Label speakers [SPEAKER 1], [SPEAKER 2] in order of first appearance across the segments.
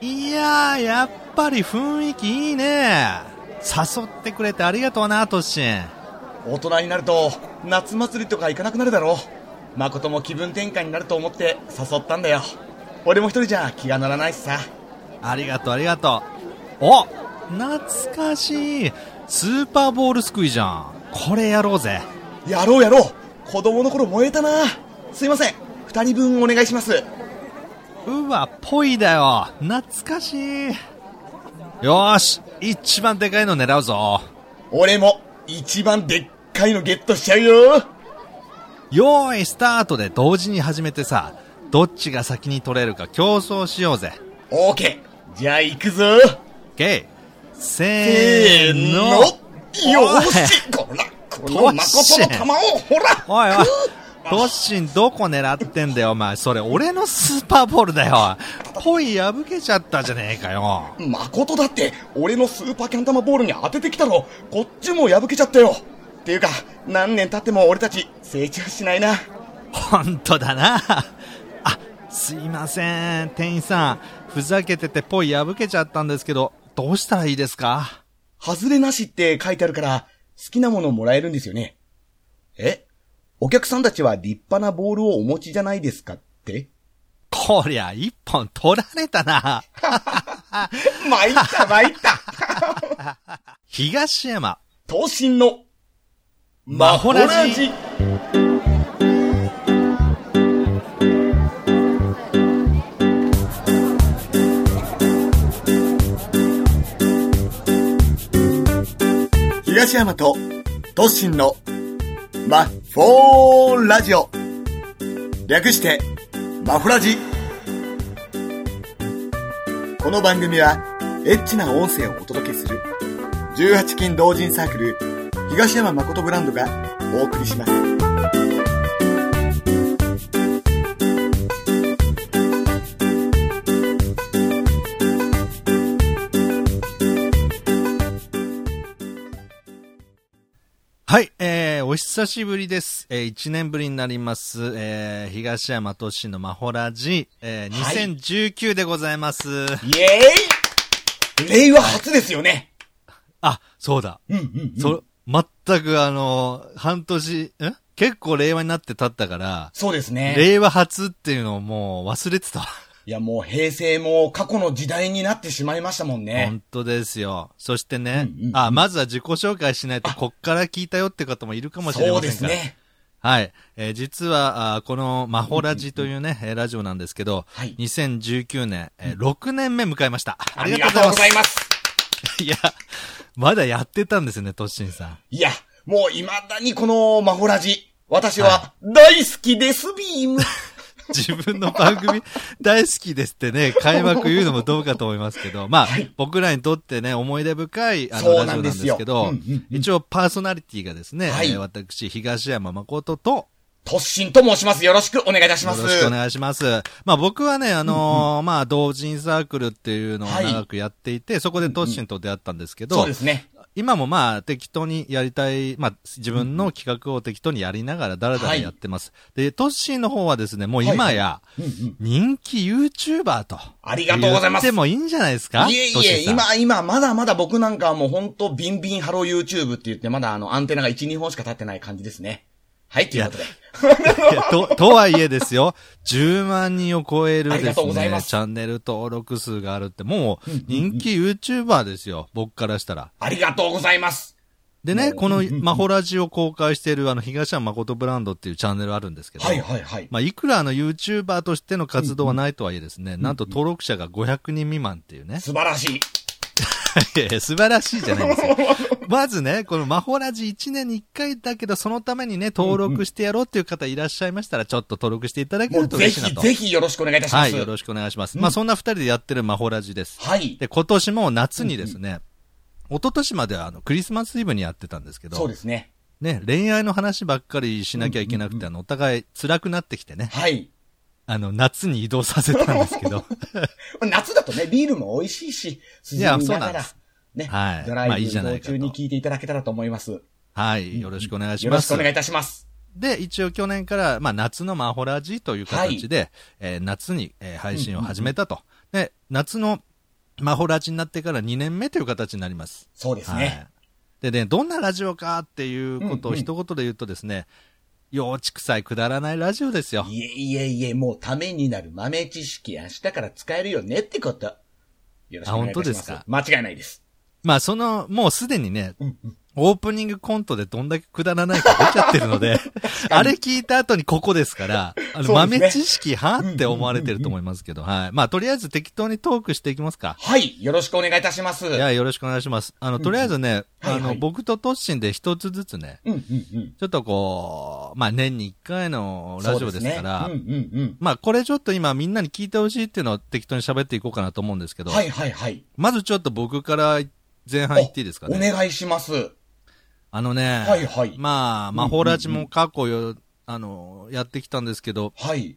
[SPEAKER 1] いやー、やっぱり雰囲気いいね。誘ってくれてありがとうな、トッシン。
[SPEAKER 2] 大人になると夏祭りとか行かなくなるだろう誠も気分転換になると思って誘ったんだよ俺も一人じゃ気が乗らないしさ
[SPEAKER 1] ありがとう、ありがとう。お懐かしい。スーパーボールすくいじゃん。これやろうぜ。
[SPEAKER 2] やろうやろう子供の頃燃えたなすいません2人分お願いします
[SPEAKER 1] うわ、ぽいだよ。懐かしい。よーし、一番でかいの狙うぞ。
[SPEAKER 2] 俺も一番でっかいのゲットしちゃうよ
[SPEAKER 1] よーい、スタートで同時に始めてさ、どっちが先に取れるか競争しようぜ。
[SPEAKER 2] オーケーじゃあ行くぞ
[SPEAKER 1] けい。せーの。
[SPEAKER 2] よーしこらこの誠の玉をほら
[SPEAKER 1] おいおい。トッシンどこ狙ってんだよ、お前。それ、俺のスーパーボールだよ。恋破けちゃったじゃねえかよ。
[SPEAKER 2] 誠だって俺のスーパーキャン玉ボールに当ててきたろこっちも破けちゃったよっていうか何年経っても俺たち成長しないな
[SPEAKER 1] 本当だな。あ、すいません。店員さん、ふざけててポイ破けちゃったんですけど、どうしたらいいですか
[SPEAKER 2] 外れなしって書いてあるから好きなものもらえるんですよねえお客さんたちは立派なボールをお持ちじゃないですかって
[SPEAKER 1] こりゃ、一本取られたな。
[SPEAKER 2] 参った参った
[SPEAKER 1] 東山。
[SPEAKER 2] 東進の
[SPEAKER 1] マホラジ
[SPEAKER 2] 東山と東進のマッフォーラジオ略してマフラジこの番組はエッチな音声をお届けする18金同人サークル東山誠ブランドがお送りします
[SPEAKER 1] はい、えー、お久しぶりです。えー、1年ぶりになります。えー、東山都市のマホラジ、えー、
[SPEAKER 2] はい
[SPEAKER 1] 2019でございます。
[SPEAKER 2] イエーイ令和初ですよね
[SPEAKER 1] あ、そうだ。
[SPEAKER 2] うんうん、うん、
[SPEAKER 1] そ、全くあの、半年、ん結構令和になって経ったから、
[SPEAKER 2] そうですね。
[SPEAKER 1] 令和初っていうのをもう忘れてたわ。
[SPEAKER 2] いやもう平成も過去の時代になってしまいましたもんね。
[SPEAKER 1] 本当ですよ。そしてね、
[SPEAKER 2] うんうんうん
[SPEAKER 1] あ、まずは自己紹介しないと、こっから聞いたよって方もいるかもしれ
[SPEAKER 2] そう
[SPEAKER 1] ませ
[SPEAKER 2] で
[SPEAKER 1] ん
[SPEAKER 2] す
[SPEAKER 1] から。
[SPEAKER 2] ね。
[SPEAKER 1] はい。えー実は、あーこの、マホラジというね、えーラジオなんですけど、
[SPEAKER 2] はい
[SPEAKER 1] 2019年、えー6年目迎えました。
[SPEAKER 2] ありがとうござい
[SPEAKER 1] ま
[SPEAKER 2] ます。
[SPEAKER 1] す。いや、まだやってたんですね、トッシンさん。
[SPEAKER 2] いや、もう未だにこのマホラジ、私は
[SPEAKER 1] は
[SPEAKER 2] 大好きですビーム。
[SPEAKER 1] 自分の番組大好きですってね、開幕言うのもどうかと思いますけど、まあ、僕らにとってね、思い出深いあの
[SPEAKER 2] そう
[SPEAKER 1] ラジ
[SPEAKER 2] な
[SPEAKER 1] オなんん
[SPEAKER 2] で
[SPEAKER 1] ですす
[SPEAKER 2] よ
[SPEAKER 1] けど、
[SPEAKER 2] うんうんうん
[SPEAKER 1] 一応パーソナリティがですね、
[SPEAKER 2] はい
[SPEAKER 1] えー私、東山誠と、
[SPEAKER 2] 突進と申します。よろしくお願いいたし
[SPEAKER 1] よ
[SPEAKER 2] ま
[SPEAKER 1] ろ
[SPEAKER 2] す。
[SPEAKER 1] しくお願いします。まあ僕はね、あのーまあ同人サークルっていうのを長くやっていて、そこでトッシンと出会ったんですけど、
[SPEAKER 2] そうですね。
[SPEAKER 1] 今もまあ適当にやりたい、まあ自分の企画を適当にやりながらだらだらやってます。で、トッシンの方はですね、もう今や、
[SPEAKER 2] うんうん。
[SPEAKER 1] 人気 YouTuber と。
[SPEAKER 2] ありがとうございます
[SPEAKER 1] 言ってもいいんじゃないですか
[SPEAKER 2] いえい
[SPEAKER 1] ト
[SPEAKER 2] え、
[SPEAKER 1] シさん
[SPEAKER 2] 今、今、まだまだ僕なんかはもうほんとビンビンハロー YouTube って言って、まだあのアンテナが1、2本しか立ってない感じですね。はい、ということで。
[SPEAKER 1] いやと、とはいえですよ、10万人を超える
[SPEAKER 2] ありが
[SPEAKER 1] で
[SPEAKER 2] とう
[SPEAKER 1] す
[SPEAKER 2] ございま
[SPEAKER 1] ね、
[SPEAKER 2] す
[SPEAKER 1] チャンネル登録数があるって、もう人気 YouTuber ですよ、僕からしたら。
[SPEAKER 2] ありがとうございます。
[SPEAKER 1] でね、このマホラジを公開しているあの東山誠ブランドっていうチャンネルあるんですけど、
[SPEAKER 2] はいはいはい。
[SPEAKER 1] まあ、いくらあの YouTuber としての活動はないとはいえですね、なんと登録者が500人未満っていうね。
[SPEAKER 2] 素晴らしい。
[SPEAKER 1] いやいや素晴らしいじゃないんで すよ。まずね、このマホラジ1年に1回だけど、そのためにね、登録してやろうっていう方いらっしゃいましたら、ちょっと登録していただけ
[SPEAKER 2] も
[SPEAKER 1] る
[SPEAKER 2] う
[SPEAKER 1] と
[SPEAKER 2] ぜ
[SPEAKER 1] 嬉しいな
[SPEAKER 2] ひ
[SPEAKER 1] と。
[SPEAKER 2] ぜひよろしくお願いいたしま
[SPEAKER 1] は
[SPEAKER 2] す。
[SPEAKER 1] い、よろしくお願いします。まあ、そんな2人でやってるマホラジです。
[SPEAKER 2] はい。
[SPEAKER 1] で、今年も夏にですね、一昨年まではあのクリスマスイブにやってたんですけ
[SPEAKER 2] そう
[SPEAKER 1] ど
[SPEAKER 2] で、すね。
[SPEAKER 1] ね、恋愛の話ばっかりしなきゃいけなくて、あの、お互い辛くなってきてね、
[SPEAKER 2] はい。
[SPEAKER 1] あの、夏に移動させたんですけ ど、
[SPEAKER 2] 夏だとね、ビールも美味しいし、涼
[SPEAKER 1] い
[SPEAKER 2] み
[SPEAKER 1] や
[SPEAKER 2] なが
[SPEAKER 1] そうなんで
[SPEAKER 2] ら
[SPEAKER 1] す、
[SPEAKER 2] ね、
[SPEAKER 1] はい
[SPEAKER 2] ドライ
[SPEAKER 1] まあ
[SPEAKER 2] ブ
[SPEAKER 1] いいじ
[SPEAKER 2] 移
[SPEAKER 1] ゃない
[SPEAKER 2] 動
[SPEAKER 1] かと
[SPEAKER 2] 中に聞いていただけたらと思います。
[SPEAKER 1] はい、よろしくお願いし
[SPEAKER 2] よろ
[SPEAKER 1] ま
[SPEAKER 2] しく
[SPEAKER 1] す
[SPEAKER 2] お。願いいたします。
[SPEAKER 1] で、一応去年から、まあ、夏のマホラジという形で、えー夏に、えー配信を始めたと。で、夏のマホラジになってから2年目という形になります。
[SPEAKER 2] そうです
[SPEAKER 1] は
[SPEAKER 2] ね。
[SPEAKER 1] い。でね、どんなラジオかっていうこと
[SPEAKER 2] うん
[SPEAKER 1] を
[SPEAKER 2] うん
[SPEAKER 1] 一言で言うとですね、幼稚臭いくだらないラジオですよ。
[SPEAKER 2] いえいえいえ、もうためになる豆知識、明日から使えるよねってこと。よろしくお願いいたします。
[SPEAKER 1] あ
[SPEAKER 2] 間違いないです。
[SPEAKER 1] まあその、もうすでにね、
[SPEAKER 2] うんうん
[SPEAKER 1] オープニングコントでどんだけくだらないか出ちゃってるので、あれ聞いた後にここですから、あの、
[SPEAKER 2] そうですね
[SPEAKER 1] 豆知識派って思われてると思いますけど、はい。まあとりあえず適当にトークしていきますか。
[SPEAKER 2] はい、よろしくお願いいたします。うん
[SPEAKER 1] いや、よろしくお願いします。あの、とりあえずね、
[SPEAKER 2] はい
[SPEAKER 1] あ
[SPEAKER 2] は
[SPEAKER 1] の、
[SPEAKER 2] い
[SPEAKER 1] 僕とトッシンで一つずつね、
[SPEAKER 2] うんうん。
[SPEAKER 1] ちょっとこう、まあ年に一回のラジオですから、
[SPEAKER 2] そうですねうんうん
[SPEAKER 1] まあこれちょっと今みんなに聞いてほしいっていうのを適当に喋っていこうかなと思うんですけ
[SPEAKER 2] う
[SPEAKER 1] ど、
[SPEAKER 2] ん。はいはいはい。
[SPEAKER 1] まずちょっと僕から前半言っていいですか
[SPEAKER 2] お
[SPEAKER 1] ね。
[SPEAKER 2] 願いします。
[SPEAKER 1] あのね、
[SPEAKER 2] はいはい
[SPEAKER 1] まあ、魔法ラジも過去よ、あの、やってきたんですけど、
[SPEAKER 2] はい。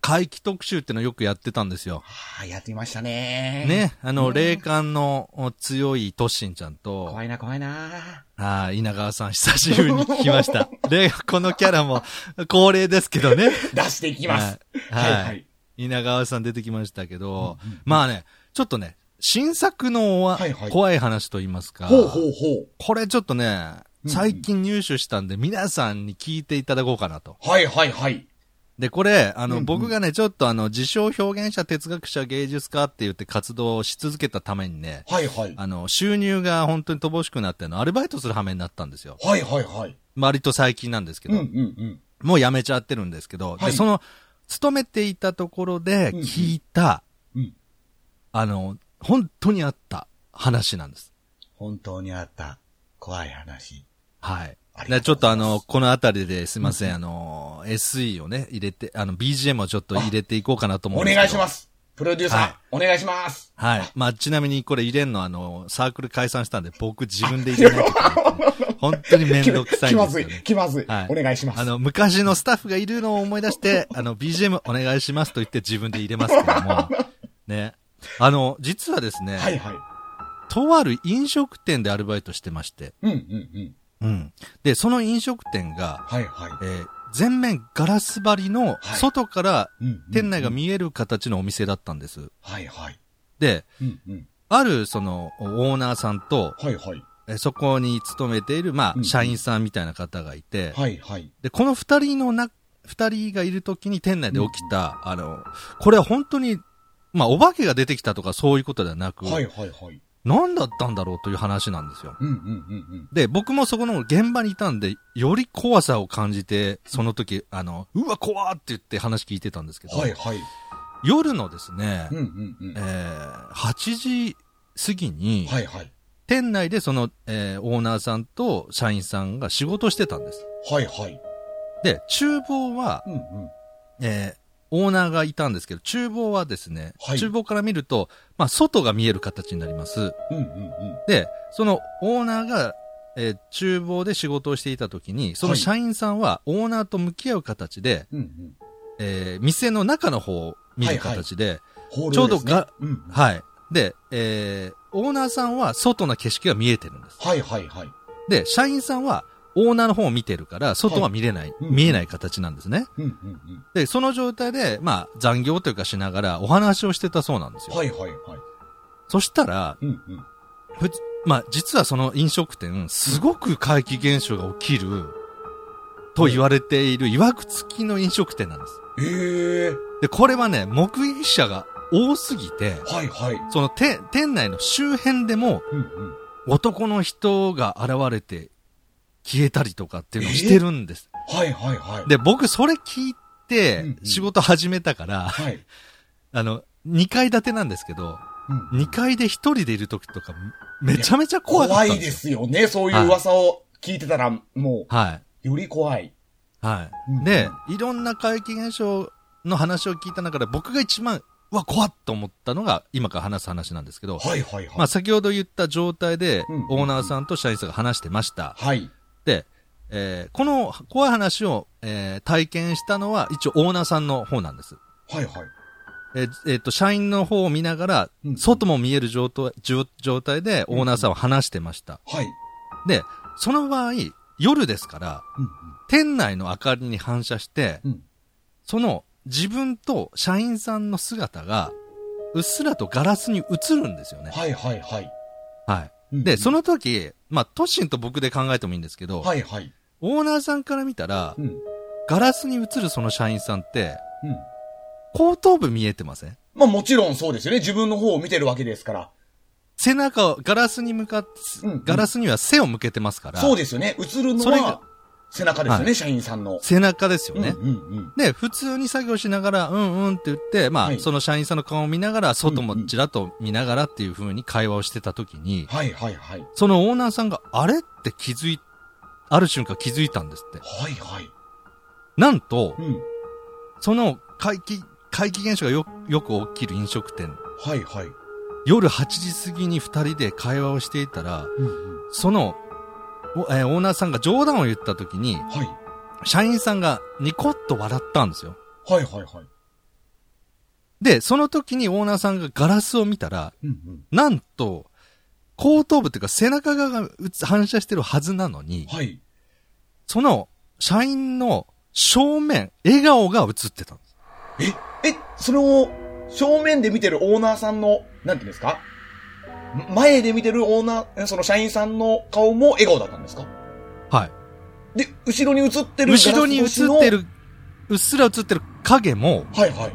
[SPEAKER 1] 回帰特集ってのよくやってたんですよ。
[SPEAKER 2] ああ、やってみましたね。。
[SPEAKER 1] ね、あの、霊感のお強いトッシンちゃんと、
[SPEAKER 2] 怖いな怖いな。
[SPEAKER 1] ああ、稲川さん久しぶりに聞きま した。で、このキャラも恒例ですけどね。
[SPEAKER 2] 出していきます。
[SPEAKER 1] は
[SPEAKER 2] はいい
[SPEAKER 1] は
[SPEAKER 2] はいい。
[SPEAKER 1] 稲川さん出てきましたけど、まあね、ちょっとね、新作のおわ
[SPEAKER 2] はいはい
[SPEAKER 1] 怖い話と言いますか、
[SPEAKER 2] ほうほうほ
[SPEAKER 1] これちょっとね、
[SPEAKER 2] うん
[SPEAKER 1] 最近入手したんで、皆さんに聞いていただこうかなと。
[SPEAKER 2] う。はいはいはい。
[SPEAKER 1] で、これ、あ
[SPEAKER 2] うん
[SPEAKER 1] の、
[SPEAKER 2] うん
[SPEAKER 1] 僕がね、ちょっとあの、自称表現者、哲学者、芸術家って言って活動をし続けたためにね、
[SPEAKER 2] はいはい。
[SPEAKER 1] あの、収入が本当に乏しくなってあの、アルバイトする羽目になったんですよ。
[SPEAKER 2] はいはいはい。
[SPEAKER 1] 割と最近なんですけ
[SPEAKER 2] うん
[SPEAKER 1] ど、
[SPEAKER 2] うんうん。
[SPEAKER 1] もう辞めちゃってるんですけど、
[SPEAKER 2] は
[SPEAKER 1] で、
[SPEAKER 2] い
[SPEAKER 1] その、勤めていたところで
[SPEAKER 2] うんうん
[SPEAKER 1] 聞いた、
[SPEAKER 2] うん
[SPEAKER 1] あの、本当にあった話なんです。
[SPEAKER 2] 本当にあった怖い話。
[SPEAKER 1] はい。
[SPEAKER 2] ありが
[SPEAKER 1] でち
[SPEAKER 2] と
[SPEAKER 1] ょっ
[SPEAKER 2] うご
[SPEAKER 1] と
[SPEAKER 2] ざい
[SPEAKER 1] あ
[SPEAKER 2] ます
[SPEAKER 1] の、このあたりですいません、あの、SE をね、入れて、あの、BGM をちょっと入れていこうかなと思
[SPEAKER 2] お
[SPEAKER 1] うんですけど。
[SPEAKER 2] 願いします。プロデューサー、
[SPEAKER 1] はい
[SPEAKER 2] お願いします。
[SPEAKER 1] はい。まあ、ちなみにこれ入れんの、あの、サークル解散したんで、僕自分で入れないといけない。本当にめんどくさい
[SPEAKER 2] 気
[SPEAKER 1] ん
[SPEAKER 2] ま
[SPEAKER 1] です
[SPEAKER 2] ず
[SPEAKER 1] よ
[SPEAKER 2] い
[SPEAKER 1] ね。、
[SPEAKER 2] 気まずい。
[SPEAKER 1] はい
[SPEAKER 2] お願いします。
[SPEAKER 1] あの、昔のスタッフがいるのを思い出して、あの、BGM お願いしますと言って自分で入れますけども、ね。あの、実はですね、
[SPEAKER 2] はいはい。
[SPEAKER 1] とある飲食店でアルバイトしてまして、
[SPEAKER 2] うんうん
[SPEAKER 1] う
[SPEAKER 2] うん。
[SPEAKER 1] ん。で、その飲食店が、
[SPEAKER 2] はいはい。
[SPEAKER 1] えー全面ガラス張りの、
[SPEAKER 2] い
[SPEAKER 1] 外から
[SPEAKER 2] うんうんうん
[SPEAKER 1] 店内が見える形のお店だったんです。
[SPEAKER 2] はいはい。
[SPEAKER 1] で、
[SPEAKER 2] うんうん。
[SPEAKER 1] あるその、オーナーさんと、
[SPEAKER 2] はいはい。
[SPEAKER 1] えーそこに勤めている、まあ、
[SPEAKER 2] うんうん
[SPEAKER 1] 社員さんみたいな方がいて、
[SPEAKER 2] はいはい。
[SPEAKER 1] で、この二人のな、二人がいるときに店内で起きた、あの、これは本当に、まあ、お化けが出てきたとかそういうことではなく、
[SPEAKER 2] はいはいはい。
[SPEAKER 1] 何だったんだろうという話なんですよ。
[SPEAKER 2] うんうんうんうん。
[SPEAKER 1] で、僕もそこの現場にいたんで、より怖さを感じて、その時、あの、うわ、怖ーって言って話聞いてたんですけど、
[SPEAKER 2] はいはい。
[SPEAKER 1] 夜のですね、
[SPEAKER 2] うんうんうん
[SPEAKER 1] え。ー、8時過ぎに、
[SPEAKER 2] はいはい。
[SPEAKER 1] 店内でその、えーオーナーさんと社員さんが仕事してたんです。
[SPEAKER 2] はいはい。
[SPEAKER 1] で、厨房は、
[SPEAKER 2] うんうん。
[SPEAKER 1] えーオーナーがいたんですけど、厨房はですね、
[SPEAKER 2] はい
[SPEAKER 1] 厨房から見ると、まあ、外が見える形になります。
[SPEAKER 2] うんうん
[SPEAKER 1] で、そのオーナーが、えー厨房で仕事をしていた時に、その
[SPEAKER 2] はい
[SPEAKER 1] 社員さんはオーナーと向き合う形で、
[SPEAKER 2] うん。うんうん。
[SPEAKER 1] えー店の中の方を見る形で、
[SPEAKER 2] ホール
[SPEAKER 1] ちょうど
[SPEAKER 2] が
[SPEAKER 1] が、
[SPEAKER 2] うん。
[SPEAKER 1] はい、で、えーオーナーさんは外の景色が見えてるんです。
[SPEAKER 2] はいはいはい。
[SPEAKER 1] で、社員さんはオーナーの方を見てるから、外は見れない、
[SPEAKER 2] うん
[SPEAKER 1] 見えない形なんですね。
[SPEAKER 2] うんうんうん。
[SPEAKER 1] で、その状態で、まあ、残業というかしながらお話をしてたそうなんですよ。
[SPEAKER 2] はいはいはい。
[SPEAKER 1] そしたら、
[SPEAKER 2] うんうん。
[SPEAKER 1] ふつまあ、実はその飲食店、すごく怪奇現象が起きる、と言われている、いわくつきの飲食店なんです。
[SPEAKER 2] ええ
[SPEAKER 1] で、これはね、目撃者が多すぎて、
[SPEAKER 2] はいはい。
[SPEAKER 1] その店、店内の周辺でも、
[SPEAKER 2] うんうん。
[SPEAKER 1] 男の人が現れて、消えたりとかっていうのをしてるんです。
[SPEAKER 2] はいはいはい。
[SPEAKER 1] で、僕それ聞いて
[SPEAKER 2] うんう、ん
[SPEAKER 1] 仕事始めたから、
[SPEAKER 2] はい。
[SPEAKER 1] あの、2階建てなんですけど、
[SPEAKER 2] うん
[SPEAKER 1] 2階で1人でいる時とか、めちゃめちゃ怖かった
[SPEAKER 2] 怖
[SPEAKER 1] ん
[SPEAKER 2] い
[SPEAKER 1] で
[SPEAKER 2] です
[SPEAKER 1] よ。
[SPEAKER 2] すよね。そういう噂を聞いてたら、も
[SPEAKER 1] はい。
[SPEAKER 2] う、より怖い。
[SPEAKER 1] はい。
[SPEAKER 2] うん
[SPEAKER 1] で、いろんな怪奇現象の話を聞いた中で、僕が一番、うわ、怖っと思ったのが、今から話す話なんですけど、
[SPEAKER 2] はいはいはい。
[SPEAKER 1] まあ、先ほど言った状態で
[SPEAKER 2] うん、
[SPEAKER 1] オーナーさんと社員さんが話してました。
[SPEAKER 2] はい。
[SPEAKER 1] で、えーこの怖い話を、えー体験したのは、一応オーナーさんの方なんです。
[SPEAKER 2] はいはい。
[SPEAKER 1] えっ、えーと、社員の方を見ながら
[SPEAKER 2] う、ん
[SPEAKER 1] 外も見える状態状状態で、オーナーさんは話してました。
[SPEAKER 2] はい。
[SPEAKER 1] で、その場合、夜ですから、店内の明かりに反射して、
[SPEAKER 2] うんうん。
[SPEAKER 1] その自分と社員さんの姿がうっすらとガラスに映るんですよね。
[SPEAKER 2] はいはいはい。
[SPEAKER 1] は
[SPEAKER 2] うんうん
[SPEAKER 1] い。で、その時、まあ、トッシンと僕で考えてもいいんですけど、
[SPEAKER 2] はいはい。
[SPEAKER 1] オーナーさんから見たら
[SPEAKER 2] う、ん。うん。
[SPEAKER 1] ガラスに映るその社員さんって、後頭部見えてません
[SPEAKER 2] まあもちろんそうですよね。自分の方を見てるわけですから。
[SPEAKER 1] 背中を、ガラスに向かって
[SPEAKER 2] うんうん、
[SPEAKER 1] ガラスには背を向けてますから、
[SPEAKER 2] そうですよね。映るの
[SPEAKER 1] それが
[SPEAKER 2] は、背中ですよね、
[SPEAKER 1] は
[SPEAKER 2] 社員さんの。
[SPEAKER 1] 背中ですよね。
[SPEAKER 2] うんうんうん。
[SPEAKER 1] で、普通に作業しながら、うんうんって言って、まあ、
[SPEAKER 2] はい
[SPEAKER 1] その社員さんの顔を見ながら、外
[SPEAKER 2] うんうん
[SPEAKER 1] もちらっと見ながらっていう風に会話をしてた時に、
[SPEAKER 2] はいはいはい。は
[SPEAKER 1] そのオーナーさんが、あれって気づい、ある瞬間気づいたんですって。
[SPEAKER 2] いはい。
[SPEAKER 1] なんと
[SPEAKER 2] う、ん。
[SPEAKER 1] その怪奇、怪奇現象がよ、よく起きる飲食店、
[SPEAKER 2] はいはい。
[SPEAKER 1] 夜8時過ぎに二人で会話をしていたら、
[SPEAKER 2] うんうん。
[SPEAKER 1] その、おえーオーナーさんが冗談を言った時に、
[SPEAKER 2] はい。
[SPEAKER 1] 社員さんがニコッと笑ったんですよ。
[SPEAKER 2] はいはいはい。
[SPEAKER 1] で、その時にオーナーさんがガラスを見たら、
[SPEAKER 2] うんうん。
[SPEAKER 1] なんと、後頭部っていうか背中側がうつ反射してるはずなのに、
[SPEAKER 2] はい。
[SPEAKER 1] その社員の正面、笑顔が映ってたんです。
[SPEAKER 2] え、え、それを、正面で見てるオーナーさんの、なんていうんですかん前で見てるオーナー、えその社員さんの顔も笑顔だったんですか
[SPEAKER 1] はい。
[SPEAKER 2] で、後ろに映ってる
[SPEAKER 1] 後ろに映っ
[SPEAKER 2] ガ
[SPEAKER 1] て
[SPEAKER 2] ラス越し
[SPEAKER 1] る、うっすら映ってる影も、
[SPEAKER 2] の。はいはい。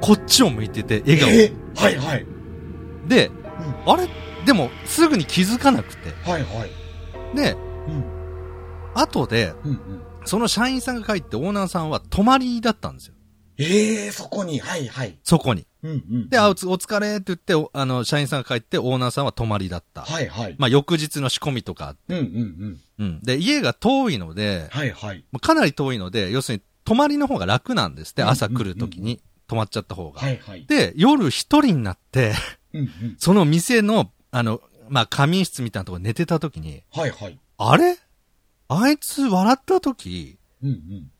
[SPEAKER 1] こっちを向いてて、笑
[SPEAKER 2] えはいはい。
[SPEAKER 1] 顔。で、あれでも、すぐに気づかなくて。
[SPEAKER 2] はいはい。
[SPEAKER 1] で、
[SPEAKER 2] うん。
[SPEAKER 1] 後で、
[SPEAKER 2] うんうん。
[SPEAKER 1] その社員さんが帰ってオーナーさんは泊まりだったんですよ。
[SPEAKER 2] ええそこに、はいはい。
[SPEAKER 1] そこに。
[SPEAKER 2] うんうん。
[SPEAKER 1] で、あ、
[SPEAKER 2] は
[SPEAKER 1] おつお疲れって言って、おあの、社員さんが帰ってオーナーさんは泊まりだった。
[SPEAKER 2] いはい。
[SPEAKER 1] まあ、翌日の仕込みとかあって
[SPEAKER 2] うんうんうん。
[SPEAKER 1] うん。で、家が遠いので、
[SPEAKER 2] はいはい。
[SPEAKER 1] もうかなり遠いので、要するに泊まりの方が楽なんですって、
[SPEAKER 2] うんうんうん
[SPEAKER 1] 朝来る時に泊まっちゃった方が。
[SPEAKER 2] はいはい。
[SPEAKER 1] で、夜一人になって、
[SPEAKER 2] うんうん。
[SPEAKER 1] その店の、あの、まあ、仮眠室みたいなところ寝てた時に、
[SPEAKER 2] はいはい。
[SPEAKER 1] あれあいつ笑った時、
[SPEAKER 2] うんうん。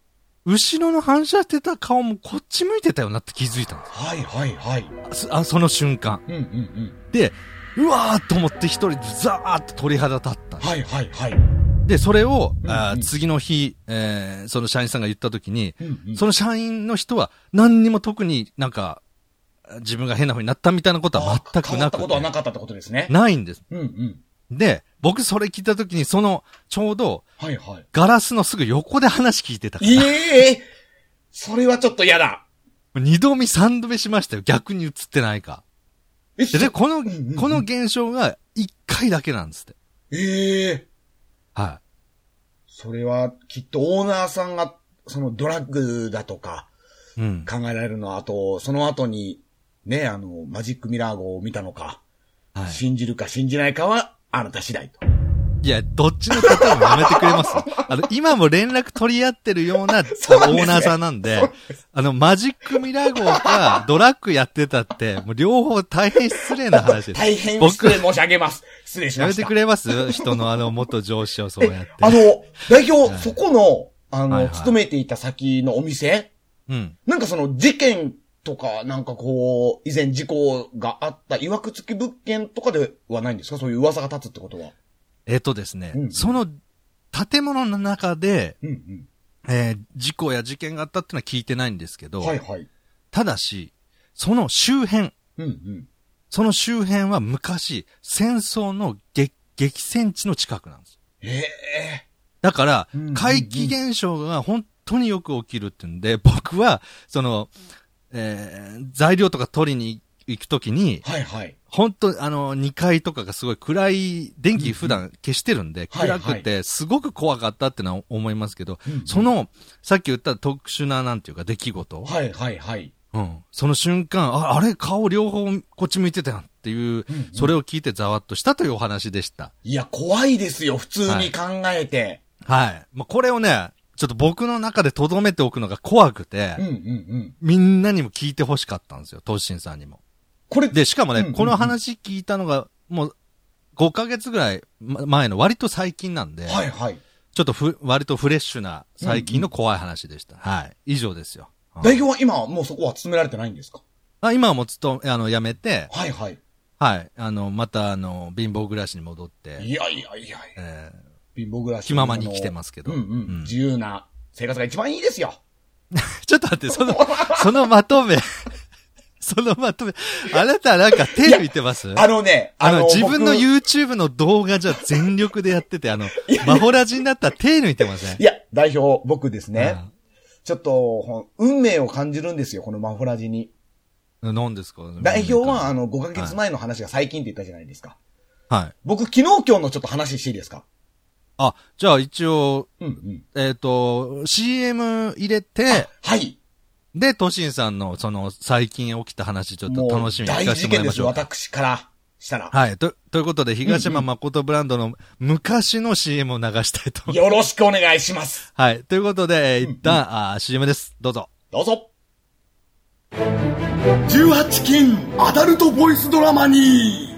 [SPEAKER 1] 後ろの反射してた顔もこっち向いてたよなって気づいたんで
[SPEAKER 2] はいはいはい。
[SPEAKER 1] す。あ、その瞬間。
[SPEAKER 2] うんうんうん。
[SPEAKER 1] うわーと思って一人でザーッと鳥肌立ったんです。
[SPEAKER 2] はいはいはい。
[SPEAKER 1] で、それを、あー
[SPEAKER 2] うんうん
[SPEAKER 1] 次の日、えーその社員さんが言った時に、
[SPEAKER 2] うんうん。
[SPEAKER 1] その社員の人は何にも特になんか、自分が変な風になったみたいなことは全く
[SPEAKER 2] 変わ
[SPEAKER 1] な
[SPEAKER 2] った
[SPEAKER 1] く
[SPEAKER 2] ことはな
[SPEAKER 1] て、
[SPEAKER 2] かったってことですね。
[SPEAKER 1] ないんです。
[SPEAKER 2] うんうん。
[SPEAKER 1] で、僕それ聞いた時に、その、ちょうど、
[SPEAKER 2] はいはい。
[SPEAKER 1] ガラスのすぐ横で話聞いてたから、
[SPEAKER 2] ええそれはちょっと嫌だ。
[SPEAKER 1] 二度見三度見しましたよ。逆に映ってないか。
[SPEAKER 2] え、
[SPEAKER 1] で、でこの、
[SPEAKER 2] んうんうん
[SPEAKER 1] この現象が一回だけなんですって。
[SPEAKER 2] ええ
[SPEAKER 1] は
[SPEAKER 2] それはきっとオーナーさんが、そのドラッグだとか
[SPEAKER 1] い。うん。
[SPEAKER 2] 考えられるのは、あと、その後に、ね、あの、マジックミラー号を見たのか、
[SPEAKER 1] はい。
[SPEAKER 2] 信じるか信じないかは、あなた次第と。
[SPEAKER 1] いや、どっちの方もやめてくれます あの、今も連絡取り合ってるような、あの
[SPEAKER 2] そうなんですね
[SPEAKER 1] オーナーさんなんで、あの、マジックミラー号か、ドラッグやってたって、もう両方大変失礼な話です。
[SPEAKER 2] 大変
[SPEAKER 1] 僕
[SPEAKER 2] 失礼申し上げます。失礼し
[SPEAKER 1] や
[SPEAKER 2] ま
[SPEAKER 1] め
[SPEAKER 2] した。
[SPEAKER 1] てくれます人のあの、元上司をそうやっ
[SPEAKER 2] あ
[SPEAKER 1] て。
[SPEAKER 2] の、代表、
[SPEAKER 1] はい
[SPEAKER 2] そこの、あの、
[SPEAKER 1] はいはい
[SPEAKER 2] 勤めていた先のお店、
[SPEAKER 1] うん。
[SPEAKER 2] なんかその事件とか、なんかこう、以前事故があった、いわくつき物件とかではないんですかそういう噂が立つってことは。
[SPEAKER 1] えっ、とですね、
[SPEAKER 2] うん
[SPEAKER 1] その、建物の中で、
[SPEAKER 2] うんうん。
[SPEAKER 1] えー事故や事件があったっていうのは聞いてないんですけど、
[SPEAKER 2] はいはい。
[SPEAKER 1] ただし、その周辺、
[SPEAKER 2] うんうん。
[SPEAKER 1] その周辺は昔、戦争の激、激戦地の近くなんです。
[SPEAKER 2] え
[SPEAKER 1] だから
[SPEAKER 2] うんうんうん、
[SPEAKER 1] 怪奇現象が本当によく起きるってんで、 僕は、その、えー材料とか取りに行くときに
[SPEAKER 2] え、はいはい。
[SPEAKER 1] 本当あの、2階とかがすごい暗い、電気普段消してるんで、
[SPEAKER 2] はいはい
[SPEAKER 1] 暗くて、すごく怖かったってのは思いますけど
[SPEAKER 2] うんうん、
[SPEAKER 1] その、さっき言った特殊ななんていうか出来事、
[SPEAKER 2] はいはいはい。
[SPEAKER 1] うん、その瞬間、あ、あれ顔両方こっち向いてたやんっていう
[SPEAKER 2] うんうん、
[SPEAKER 1] それを聞いてざわっとしたというお話でした。
[SPEAKER 2] いや、怖いですよ、普通に考えて。
[SPEAKER 1] はい。まあ、これをね、ちょっと僕の中で留めておくのが怖くて、
[SPEAKER 2] うんうんうん。
[SPEAKER 1] みんなにも聞いて欲しかったんですよ、東進さんにも。
[SPEAKER 2] これ、
[SPEAKER 1] で、しかもね、
[SPEAKER 2] うんうんうん
[SPEAKER 1] この話聞いたのが、もう、5ヶ月ぐらいま前の割と最近なんで、
[SPEAKER 2] はいはい。
[SPEAKER 1] ちょっとふ、割とフレッシュな最近の怖い話でした。はい。以上ですよ。うん
[SPEAKER 2] 代表は今はもうそこは勤められてないんですか
[SPEAKER 1] あ今はもうずっと、あの、やめて、
[SPEAKER 2] はいはい。
[SPEAKER 1] はい。あの、また、あの、貧乏暮らしに戻って、
[SPEAKER 2] いやいやいやいや。
[SPEAKER 1] え
[SPEAKER 2] 貧乏暮らし。
[SPEAKER 1] 気ままに生きてますけど
[SPEAKER 2] うんうん。
[SPEAKER 1] うん
[SPEAKER 2] 自由な生活が一番いいですよ。
[SPEAKER 1] ーちょっと待って、その、そのまとめ、そのまとめ、あなたなんか手抜いてます
[SPEAKER 2] あのね、
[SPEAKER 1] あの、自分の
[SPEAKER 2] う。
[SPEAKER 1] YouTube の動画じゃ全力でやって て、あの、マホラジになったら手抜いてません。
[SPEAKER 2] いや、代表、僕ですね。
[SPEAKER 1] うん
[SPEAKER 2] ちょっと、ほん運命を感じるんですよ、このマフラジに。
[SPEAKER 1] 何ですか
[SPEAKER 2] 代表は、あ、の、5ヶ月前の話が最近って言ったじゃないですか。
[SPEAKER 1] はい。
[SPEAKER 2] 僕、昨日今日のちょっと話していいですか
[SPEAKER 1] あ、じゃあ一応、
[SPEAKER 2] うんうん。
[SPEAKER 1] えっ、と、CM 入れて、
[SPEAKER 2] はい。
[SPEAKER 1] で、トシンさんの、その、最近起きた話、ちょっ
[SPEAKER 2] も
[SPEAKER 1] と
[SPEAKER 2] う
[SPEAKER 1] 楽しみに聞
[SPEAKER 2] 大
[SPEAKER 1] かせ
[SPEAKER 2] 事
[SPEAKER 1] てもら
[SPEAKER 2] 件
[SPEAKER 1] い
[SPEAKER 2] で
[SPEAKER 1] ますし
[SPEAKER 2] よ、
[SPEAKER 1] ょうか。
[SPEAKER 2] 私からしたら。
[SPEAKER 1] はい。と、ということで、東山誠ブランドの昔の CM を流したいと思います。
[SPEAKER 2] よろしくお願いします。
[SPEAKER 1] はい。ということで、えー
[SPEAKER 2] うん
[SPEAKER 1] 一旦、あー CM です。どうぞ。
[SPEAKER 2] どうぞ。
[SPEAKER 3] 18禁アダルトボイスドラマに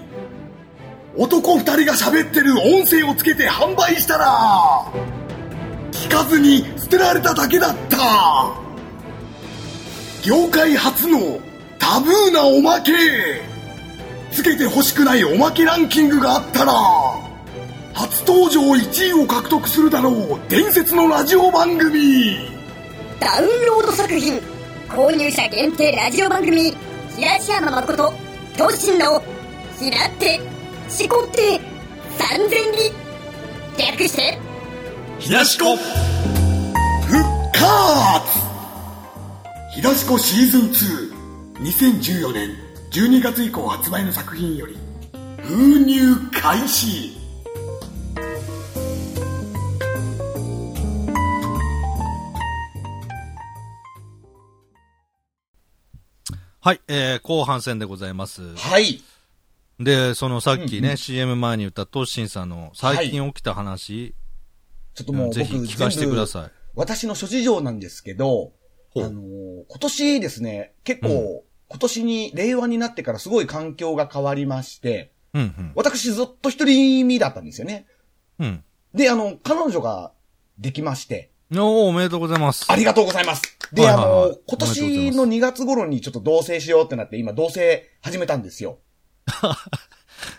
[SPEAKER 3] 男2人が喋ってる音声をつけて販売したら聞かずに捨てられただけだった業界初のタブーなおまけつけて欲しくないおまけランキングがあったら初登場1位を獲得するだろう伝説のラジオ番組
[SPEAKER 4] ダウンロード作品購入者限定ラジオ番組東山誠都心のひなってしこって三千里略して
[SPEAKER 3] ひだしこ復活ひだしこシーズン22014年12月以降発売の作品より封入開始
[SPEAKER 1] はい。えー、後半戦でございます。
[SPEAKER 2] はい。
[SPEAKER 1] で、そのさっき
[SPEAKER 2] うん
[SPEAKER 1] ね、
[SPEAKER 2] うん
[SPEAKER 1] CM 前に言ったトシンさんの最近起きた話、
[SPEAKER 2] ちょっともう僕、
[SPEAKER 1] ぜひ聞かせてください。
[SPEAKER 2] 私の諸事情なんですけど、あ
[SPEAKER 1] ほう
[SPEAKER 2] のー今年ですね、結構、今年に、令和になってからすごい環境が変わりまして、
[SPEAKER 1] うん、
[SPEAKER 2] 私ずっと一人身だったんですよね。
[SPEAKER 1] うん。
[SPEAKER 2] で、あの、彼女ができまして、
[SPEAKER 1] うん。おーおめでとうございます。
[SPEAKER 2] ありがとうございます。で、
[SPEAKER 1] はい
[SPEAKER 2] あ
[SPEAKER 1] はいはいお
[SPEAKER 2] のー、今
[SPEAKER 1] めで
[SPEAKER 2] 年
[SPEAKER 1] とうございます
[SPEAKER 2] の2月頃にちょっと同棲しようってなって、今同棲始めたんですよ。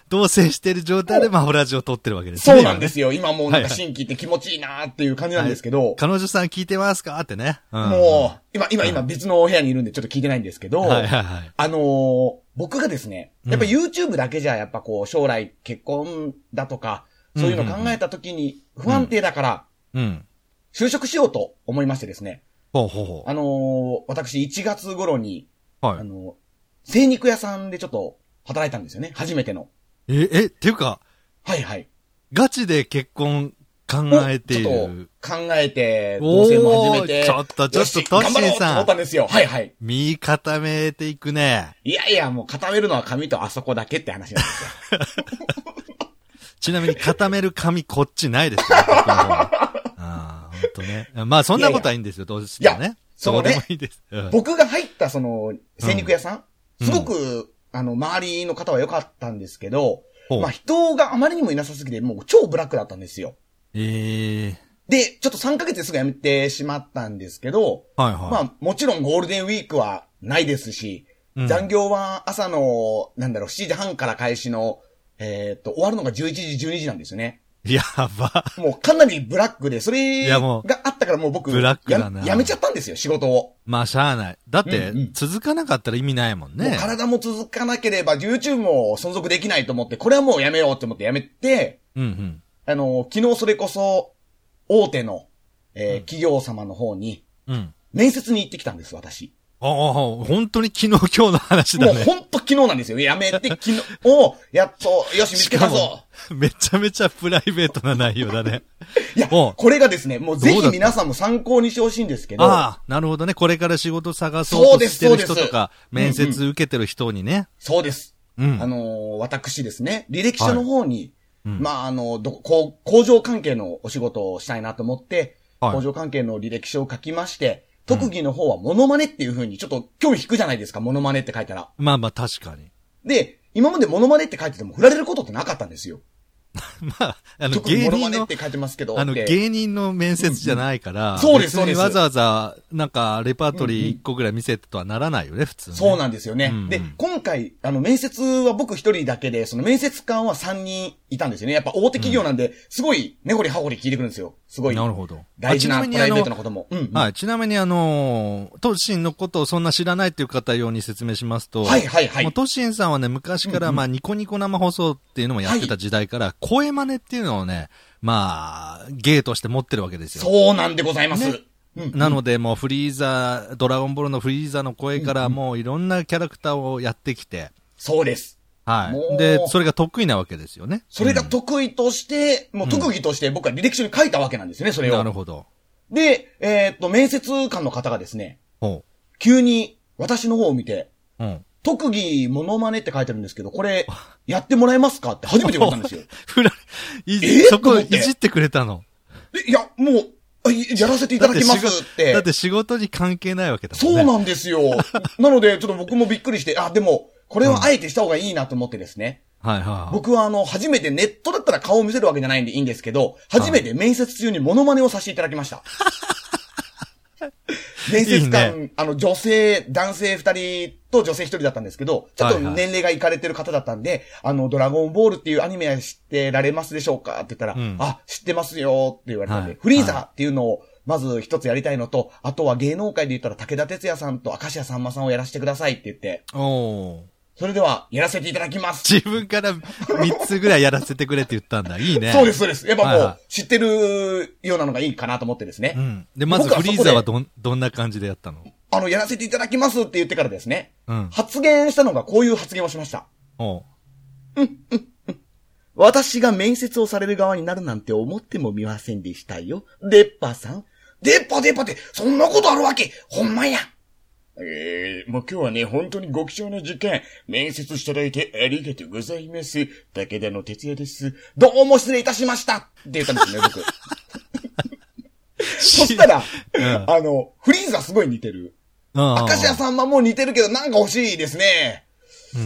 [SPEAKER 1] 同棲している状態で、まあ、ホラジオを撮ってるわけですね。。
[SPEAKER 2] そうなんですすよ。今もうなんか
[SPEAKER 1] はいはい
[SPEAKER 2] 新規って気持ちいいなーっていう感じなんですけど、
[SPEAKER 1] 彼女さん聞いてますかってね。うん、
[SPEAKER 2] もう、今、今、今別のお部屋にいるんでちょっと聞いてないんですけど、
[SPEAKER 1] はいはいはい。
[SPEAKER 2] あのー僕がですね、やっぱ YouTube だけじゃ、やっぱこう、将来結婚だとか、そういうの考えた時に不安定だから、
[SPEAKER 1] うん。
[SPEAKER 2] 就職しようと思いましてですね、
[SPEAKER 1] ほうほうほ
[SPEAKER 2] あのー私1月頃に、
[SPEAKER 1] う。は
[SPEAKER 2] あ
[SPEAKER 1] い。
[SPEAKER 2] のー精肉屋さんでちょっと働いたんですよね、初めての。
[SPEAKER 1] え、え、っていうか、
[SPEAKER 2] はいはい。
[SPEAKER 1] ガチで結婚考えてい
[SPEAKER 2] ちょっ
[SPEAKER 1] る。
[SPEAKER 2] と考えて、同棲も始めて、
[SPEAKER 1] おーちょっとちょっと
[SPEAKER 2] よし頑張ろう
[SPEAKER 1] トシ
[SPEAKER 2] と
[SPEAKER 1] さん
[SPEAKER 2] 思ったんですよ。はいはい。
[SPEAKER 1] 身固めていくね。
[SPEAKER 2] いやいや、もう固めるのは髪とあそこだけって話なんですよ。
[SPEAKER 1] ちなみに固める髪こっちないですよ。僕の方はああ、ほんとね。まあ、そんなことはいいんですよ、どうしても
[SPEAKER 2] い
[SPEAKER 1] ね。
[SPEAKER 2] そうね
[SPEAKER 1] どでもいいです。うん
[SPEAKER 2] 僕が入ったその、精肉屋さん、
[SPEAKER 1] うん
[SPEAKER 2] すごく、あの、周りの方は良かったんですけど、
[SPEAKER 1] ほう
[SPEAKER 2] まあ人があまりにもいなさすぎて、もう超ブラックだったんですよ。
[SPEAKER 1] ええ
[SPEAKER 2] で、ちょっと3ヶ月ですぐ辞めてしまったんですけど、
[SPEAKER 1] はいはい。
[SPEAKER 2] まあもちろんゴールデンウィークはないですし、
[SPEAKER 1] うん
[SPEAKER 2] 残業は朝の、なんだろう、7時半から開始の、えーっと、終わるのが11時、12時なんですよね。
[SPEAKER 1] やば。
[SPEAKER 2] もうかなりブラックで、それ
[SPEAKER 1] いやも
[SPEAKER 2] が
[SPEAKER 1] う
[SPEAKER 2] あったからもう僕、
[SPEAKER 1] ブラックだな
[SPEAKER 2] や辞めちゃったんですよ、仕事を。
[SPEAKER 1] まあ、しゃあない。だって
[SPEAKER 2] うんうん、
[SPEAKER 1] 続かなかったら意味ないもん
[SPEAKER 2] もう
[SPEAKER 1] ね。
[SPEAKER 2] 体も続かなければ YouTube も存続できないと思って、これはもうやめようと思ってやめて、
[SPEAKER 1] うんうん。
[SPEAKER 2] あの、昨日それこそ、大手の、えー企業様の方に、
[SPEAKER 1] うん。
[SPEAKER 2] 面接に行ってきたんです、私。
[SPEAKER 1] ああ、本当に昨日今日の話
[SPEAKER 2] も
[SPEAKER 1] だ
[SPEAKER 2] う
[SPEAKER 1] ね。
[SPEAKER 2] ほんと昨日なんですよ。やめて、昨日、おうやっと、よし、見つけたぞ。
[SPEAKER 1] めちゃめちゃプライベートな内容だ ね。
[SPEAKER 2] いや、
[SPEAKER 1] おう
[SPEAKER 2] これがですね、もうぜ
[SPEAKER 1] どうだ
[SPEAKER 2] ひ
[SPEAKER 1] った
[SPEAKER 2] 皆さんも参考にしてほしいんですけど、
[SPEAKER 1] ああ、なるほどね。これから仕事探そうとしてる人とか、
[SPEAKER 2] そうで
[SPEAKER 1] 面
[SPEAKER 2] すそうです
[SPEAKER 1] 接受けてる人にね。
[SPEAKER 2] そうです。
[SPEAKER 1] うん。
[SPEAKER 2] あのー私ですね、履歴書の方に、
[SPEAKER 1] うん
[SPEAKER 2] まあ、あの、ど、こう、工場関係のお仕事をしたいなと思って、
[SPEAKER 1] はい
[SPEAKER 2] 工場関係の履歴書を書きまして、特技の方はモノマネっていう風に、ちょっと興味引くじゃないですか、モノマネって書いたら。
[SPEAKER 1] まあまあ確かに。
[SPEAKER 2] で、今までモノマネって書いてても振られることってなかったんですよ。
[SPEAKER 1] まあ、あの、
[SPEAKER 2] 特
[SPEAKER 1] 芸
[SPEAKER 2] にモノ
[SPEAKER 1] 人
[SPEAKER 2] マネっ
[SPEAKER 1] の、
[SPEAKER 2] て書いてますけど。
[SPEAKER 1] あの、
[SPEAKER 2] って
[SPEAKER 1] 芸人の面接じゃないから、
[SPEAKER 2] んそうで
[SPEAKER 1] 別
[SPEAKER 2] す
[SPEAKER 1] に
[SPEAKER 2] そうです
[SPEAKER 1] わざわざ、なんか、レパートリー1個ぐらい見せてとはならないよね、普通ね。
[SPEAKER 2] そうなんですよね。
[SPEAKER 1] うんうん
[SPEAKER 2] で、今回、あの、面接は僕一人だけで、その面接官は3人いたんですよね。やっぱ大手企業なんで、すごい、根掘り葉掘り聞いてくるんですよ。すごい。
[SPEAKER 1] なるほど。
[SPEAKER 2] 大事
[SPEAKER 1] あ
[SPEAKER 2] なプ
[SPEAKER 1] ちみにあ
[SPEAKER 2] ライベート
[SPEAKER 1] の、
[SPEAKER 2] のことも。うんうん。
[SPEAKER 1] はい、ちなみにあの、トシンのことをそんな知らないっていう方用に説明しますと、
[SPEAKER 2] はいはいはい
[SPEAKER 1] もうトシンさんはね、昔から、まあ、ニコニコ生放送っていうのもやってた時代から、声真似っていうのをね、まあ、芸として持ってるわけですよ。
[SPEAKER 2] そうなんでございます。
[SPEAKER 1] ね
[SPEAKER 2] うん。
[SPEAKER 1] なので、もうフリーザー、ドラゴンボールのフリーザーの声から、もういろんなキャラクターをやってきて、
[SPEAKER 2] そうです。
[SPEAKER 1] は
[SPEAKER 2] もう
[SPEAKER 1] い。で、それが得意なわけですよね。
[SPEAKER 2] それが得意として、もう特技として僕は履歴書に書いたわけなんですね、それを。
[SPEAKER 1] なるほど。
[SPEAKER 2] で、えーっと、面接官の方がですね、
[SPEAKER 1] ほ
[SPEAKER 2] 急に私の方を見て、
[SPEAKER 1] う。 うん。
[SPEAKER 2] 特技モノマネって書いてるんですけど、これ、やってもらえますかって初めて言われたんですよ。
[SPEAKER 1] ふら、い
[SPEAKER 2] えー
[SPEAKER 1] そ
[SPEAKER 2] と
[SPEAKER 1] こ
[SPEAKER 2] 思
[SPEAKER 1] い
[SPEAKER 2] って
[SPEAKER 1] じってくれたの。
[SPEAKER 2] でいや、もう、あいやらせていただきますって。
[SPEAKER 1] だって仕事に関係ないわけだも
[SPEAKER 2] そ
[SPEAKER 1] んね。
[SPEAKER 2] うなんですよ。なので、ちょっと僕もびっくりして、あ、でも、これはあえてした方がいいなと思ってですね。
[SPEAKER 1] はいはい。
[SPEAKER 2] 僕はあの、初めてネットだったら顔を見せるわけじゃないんでいいんですけど、初めて面接中にモノマネをさせていただきま した。面接官、
[SPEAKER 1] いい
[SPEAKER 2] あの、女性、男性二人と女性一人だったんですけど、ちょっと
[SPEAKER 1] はいはい
[SPEAKER 2] 年齢がいかれてる方だったんで、あの、ドラゴンボールっていうアニメは知ってられますでしょうかって言ったら、
[SPEAKER 1] うん
[SPEAKER 2] あ、知ってますよって言われたんで、
[SPEAKER 1] はい
[SPEAKER 2] フリーザーっていうのを、まず一つやりたいのと、あとは芸能界で言ったら武田鉄矢さんと明石家さんまさんをやらせてくださいって言って、
[SPEAKER 1] おー
[SPEAKER 2] それではやらせていただきます
[SPEAKER 1] 自分から3つぐらいやらせてくれって言ったんだ。いいね。
[SPEAKER 2] そうです、そうです。やっぱ
[SPEAKER 1] はい
[SPEAKER 2] もう
[SPEAKER 1] は、
[SPEAKER 2] 知ってるようなのがいいかなと思ってですね。
[SPEAKER 1] うん。で、まずフリーザーはどん、どんな感じでやったの
[SPEAKER 2] あの、やらせていただきますって言ってからですね。
[SPEAKER 1] うん
[SPEAKER 2] 発言したのがこういう発言をしました。
[SPEAKER 1] おう
[SPEAKER 2] 私が面接をされる側になるなんて思っても見ませんでしたよ。デッパさん。デッパデッパって、そんなことあるわけほんまやええもう今日はね、本当にご貴重な時間、面接していただいてありがとうございます。武田の哲也です。どうも失礼いたしましたって言ったんですね、僕。そしたら、
[SPEAKER 1] うん
[SPEAKER 2] あの、フリーザすごい似てる。
[SPEAKER 1] うん。
[SPEAKER 2] 明石家さんまも似てるけど、なんか欲しいですね。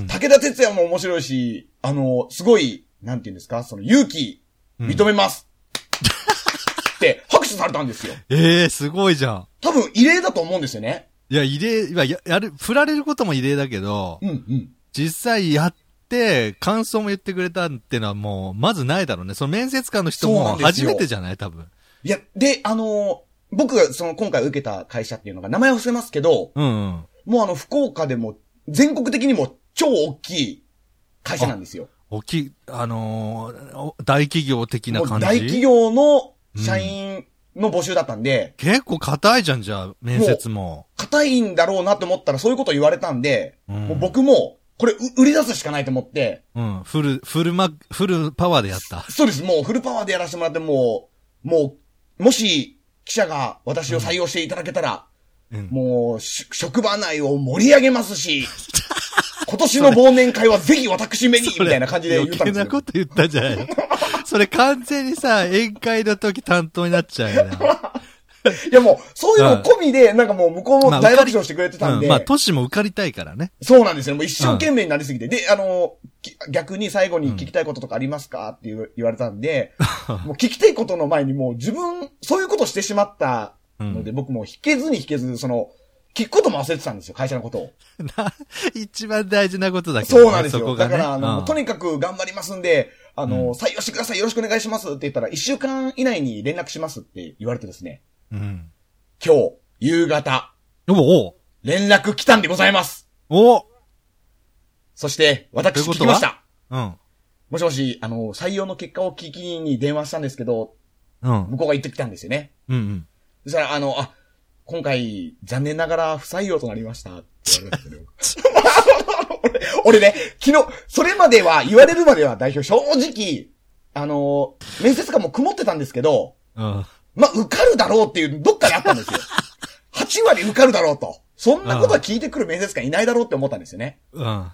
[SPEAKER 2] 武田鉄矢も面白いし、あの、すごい、なんて言うんですか、その勇気、認めます。って、拍手されたんですよ。
[SPEAKER 1] ええー、すごいじゃん。
[SPEAKER 2] 多分、異例だと思うんですよね。
[SPEAKER 1] いや、異例、いや、ややる、振られることも異例だけど、
[SPEAKER 2] うんうん。
[SPEAKER 1] 実際やって、感想も言ってくれたっていうのはもう、まずないだろうね。その面接官の人
[SPEAKER 2] そうな
[SPEAKER 1] も
[SPEAKER 2] んです
[SPEAKER 1] 初
[SPEAKER 2] よ
[SPEAKER 1] めてじゃない多分。
[SPEAKER 2] いや、で、あの、僕がその今回受けた会社っていうのが名前を伏せますけど、
[SPEAKER 1] うんうん。
[SPEAKER 2] もうあの、福岡でも、全国的にも超大きい会社なんですよ。
[SPEAKER 1] 大きい、あのーお大企業的な
[SPEAKER 2] もう
[SPEAKER 1] 感じ。
[SPEAKER 2] 大企業の社員の募集だったんで、
[SPEAKER 1] 結構硬いじゃん、じゃあ、面接も。
[SPEAKER 2] 硬いんだろうなと思ったらそういうこと言われたんで、
[SPEAKER 1] うん
[SPEAKER 2] もう僕も、これう売り出すしかないと思って、
[SPEAKER 1] うん、フル、フルマ、フルパワーでや った。
[SPEAKER 2] そうです、もうフルパワーでやらせてもらって、もう、もう、もし、記者が私を採用していただけたら、
[SPEAKER 1] うん
[SPEAKER 2] もう、し職場内を盛り上げますし、 今年の忘年会はぜひ私目に、みたいな感じで言ったんで
[SPEAKER 1] 余
[SPEAKER 2] す
[SPEAKER 1] 計なこ
[SPEAKER 2] よ。
[SPEAKER 1] と言ったんじゃない のそれ完全にさ、宴会の時担当になっちゃう よな。
[SPEAKER 2] いやもう、そういうの込みで、なんかもう向こうも大爆笑してくれてたん
[SPEAKER 1] う
[SPEAKER 2] で、
[SPEAKER 1] ん、まあ、都市も受かりたいからね。
[SPEAKER 2] そうなんですよ。もう一生懸命になりすぎて。で、あの、き逆に最後に聞きたいこととかありますかって言う言われた んで、もう聞きたいことの前にもう自分、そういうことしてしまったので、僕もう引けずに引けず、その、聞くことも忘れてたんですよ、会社のことを。
[SPEAKER 1] な 一番大事なことだけど、
[SPEAKER 2] そ
[SPEAKER 1] ね。
[SPEAKER 2] うなんですよ。
[SPEAKER 1] こが
[SPEAKER 2] だ
[SPEAKER 1] ね、
[SPEAKER 2] から、あの、
[SPEAKER 1] うん
[SPEAKER 2] とにかく頑張りますんで、あの、
[SPEAKER 1] うん
[SPEAKER 2] 採用してください、よろしくお願いしますって言ったら、一週間以内に連絡しますって言われてですね、
[SPEAKER 1] うん。
[SPEAKER 2] 今日、夕方、
[SPEAKER 1] お
[SPEAKER 2] 連絡来たんでございます。
[SPEAKER 1] おお
[SPEAKER 2] そして、私
[SPEAKER 1] というこ
[SPEAKER 2] 聞
[SPEAKER 1] と
[SPEAKER 2] き
[SPEAKER 1] は
[SPEAKER 2] ました。
[SPEAKER 1] うん。
[SPEAKER 2] もしもし、あの、採用の結果を聞きに電話したんですけど、
[SPEAKER 1] うん。
[SPEAKER 2] 向こうが言ってきたんですよね。
[SPEAKER 1] うんうん。
[SPEAKER 2] そしたら、あの、あ、今回、残念ながら不採用となりました。って言われたんですよ俺俺ね、昨日、それまでは、言われるまでは代表、正直、あの、面接官も曇ってたんですけど、
[SPEAKER 1] うん。
[SPEAKER 2] まあ、受かるだろうっていう、どっかであったんですよ。8割受かるだろうと。そんなことは聞いてくる面接官いないだろうって思ったんですよね。
[SPEAKER 1] うん。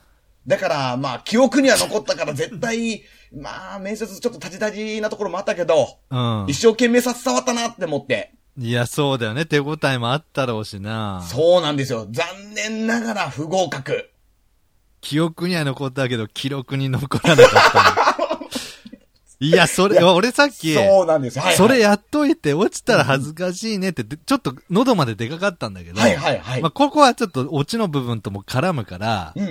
[SPEAKER 2] だから、まあ、記憶には残ったから絶対、まあ、面接ちょっと立ち立ちなところもあったけど、
[SPEAKER 1] うん。
[SPEAKER 2] 一生懸命さ伝わったなって思って。
[SPEAKER 1] いや、そうだよね。手応えもあったろうしな。
[SPEAKER 2] そうなんですよ。残念ながら不合格。
[SPEAKER 1] 記憶には残ったけど、記録に残らなかった。いや、そ
[SPEAKER 2] い
[SPEAKER 1] れ、
[SPEAKER 2] や
[SPEAKER 1] 俺さっき、
[SPEAKER 2] そうなんです。はい、はい。
[SPEAKER 1] それやっといて、落ちたら恥ずかしいねって、でちょっと喉まで出かかったんだけど、
[SPEAKER 2] はいはいはい。
[SPEAKER 1] まあ、ここはちょっとオチの部分とも絡むから
[SPEAKER 2] う、んうんう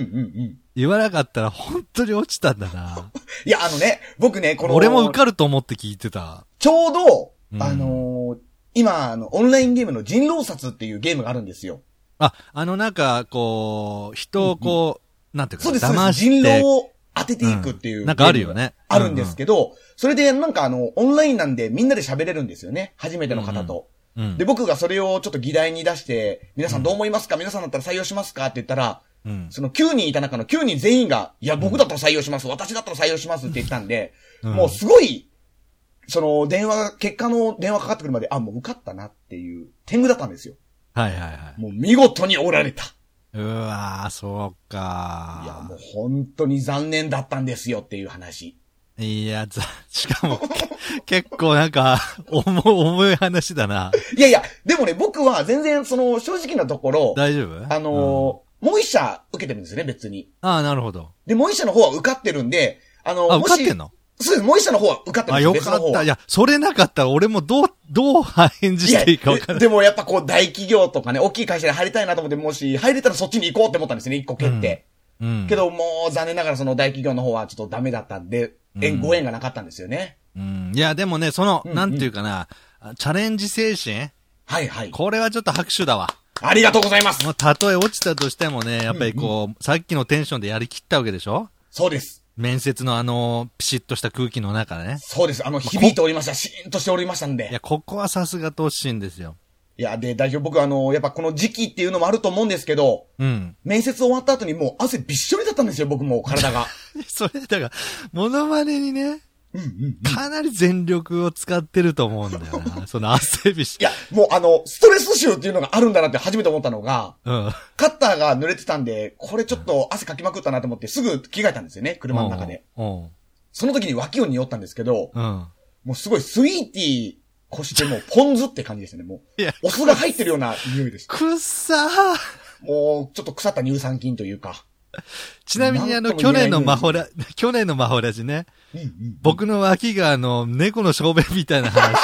[SPEAKER 2] ん。
[SPEAKER 1] 言わなかったら本当に落ちたんだな。
[SPEAKER 2] いや、あのね、僕ね、この、
[SPEAKER 1] 俺も受かると思って聞いてた。
[SPEAKER 2] ちょうど、
[SPEAKER 1] うん
[SPEAKER 2] あのー今、あの、オンラインゲームの人狼殺っていうゲームがあるんですよ。
[SPEAKER 1] あ、あのなんか、こう、人をこう、なんていうか、
[SPEAKER 2] そうです、そうで
[SPEAKER 1] 騙
[SPEAKER 2] す
[SPEAKER 1] し
[SPEAKER 2] 人
[SPEAKER 1] て。
[SPEAKER 2] 狼を当てていくっていう、
[SPEAKER 1] うんなんかあるよね
[SPEAKER 2] あるんですけど、それでなんかあの、オンラインなんでみんなで喋れるんですよね。初めての方と。
[SPEAKER 1] うん
[SPEAKER 2] で、僕がそれをちょっと議題に出して、皆さんどう思いますか皆さんだったら採用しますかって言ったら、
[SPEAKER 1] うん
[SPEAKER 2] その9人いた中の9人全員が、いや、僕だったら採用します、私だったら採用しますって言ったんで、
[SPEAKER 1] うん
[SPEAKER 2] もうすごい、その電話、結果の電話かかってくるまで、あ、もう受かったなっていう天狗だったんですよ。
[SPEAKER 1] はいはいはい。
[SPEAKER 2] もう見事におられた。
[SPEAKER 1] うわー、そうか
[SPEAKER 2] いや、もう本当に残念だったんですよっていう話。
[SPEAKER 1] いや、ざ、しかも、 け結構なんか、重い、重い話だな。
[SPEAKER 2] いやいや、でもね、僕は全然その正直なところ、
[SPEAKER 1] 大丈夫
[SPEAKER 2] あのーもう一社受けてるんですよね、別に。
[SPEAKER 1] うんああ、なるほど。
[SPEAKER 2] で、もう一社の方は受かってるんで、あのー
[SPEAKER 1] あ、
[SPEAKER 2] も
[SPEAKER 1] 受
[SPEAKER 2] し
[SPEAKER 1] かってんの
[SPEAKER 2] そうです、もう一社の方は受かってるん
[SPEAKER 1] あ、
[SPEAKER 2] ですよ
[SPEAKER 1] よ
[SPEAKER 2] 別の
[SPEAKER 1] か
[SPEAKER 2] 方
[SPEAKER 1] っ
[SPEAKER 2] は
[SPEAKER 1] た。いや、それなかったら俺もどう、どう返事していいかわから
[SPEAKER 2] で
[SPEAKER 1] ない。
[SPEAKER 2] でもやっぱこう大企業とかね、大きい会社に入りたいなと思って、もし入れたらそっちに行こうって思ったんですね、一個蹴って。
[SPEAKER 1] うん。
[SPEAKER 2] け、どもう残念ながらその大企業の方はちょっとダメだったんで、縁、
[SPEAKER 1] うん
[SPEAKER 2] ご縁がなかったんですよね。
[SPEAKER 1] うん。いや、でもね、その、
[SPEAKER 2] うんうん
[SPEAKER 1] なんていうかな、あチャレンジ精神
[SPEAKER 2] はいはい。
[SPEAKER 1] これはちょっと拍手だわ。
[SPEAKER 2] ありがとうございます
[SPEAKER 1] もう、たとえ落ちたとしてもね、やっぱりこう、さっきのテンションでやりきったわけでしょ
[SPEAKER 2] そうです。
[SPEAKER 1] 面接のあの、ピシッとした空気の中でね。
[SPEAKER 2] そうです。あの、響いておりました。シーンとしておりましたんで。
[SPEAKER 1] いや、ここはさすがトッシンですよ。
[SPEAKER 2] いや、で、代表、僕あの、やっぱこの時期っていうのもあると思うんですけど、
[SPEAKER 1] うん。
[SPEAKER 2] 面接終わった後にもう汗びっしょりだったんですよ、僕も体が。
[SPEAKER 1] それ、だから、モノマネにね、
[SPEAKER 2] うんうん。
[SPEAKER 1] かなり全力を使ってると思うんだよ な。その汗びし
[SPEAKER 2] い。や、もうあの、ストレス臭っていうのがあるんだなって初めて思ったのが、
[SPEAKER 1] うん。
[SPEAKER 2] カッターが濡れてたんで、これちょっと汗かきまくったなと思ってすぐ着替えたんですよね、車の中で。
[SPEAKER 1] うん。
[SPEAKER 2] その時に脇を匂ったんですけど、
[SPEAKER 1] うん。
[SPEAKER 2] もうすごいスイーティーこしてもうポン酢って感じでしたね、も
[SPEAKER 1] いや
[SPEAKER 2] う。お酢が入ってるような匂いでした。
[SPEAKER 1] くっさー。
[SPEAKER 2] もうちょっと腐った乳酸菌というか。
[SPEAKER 1] ちなみにあ
[SPEAKER 2] なん
[SPEAKER 1] の、
[SPEAKER 2] とも
[SPEAKER 1] 去
[SPEAKER 2] 言えな
[SPEAKER 1] 年
[SPEAKER 2] い
[SPEAKER 1] のマホラ、去年のマホラジね、
[SPEAKER 2] うんうん。
[SPEAKER 1] 僕の脇があの、猫の小便みたいな 話。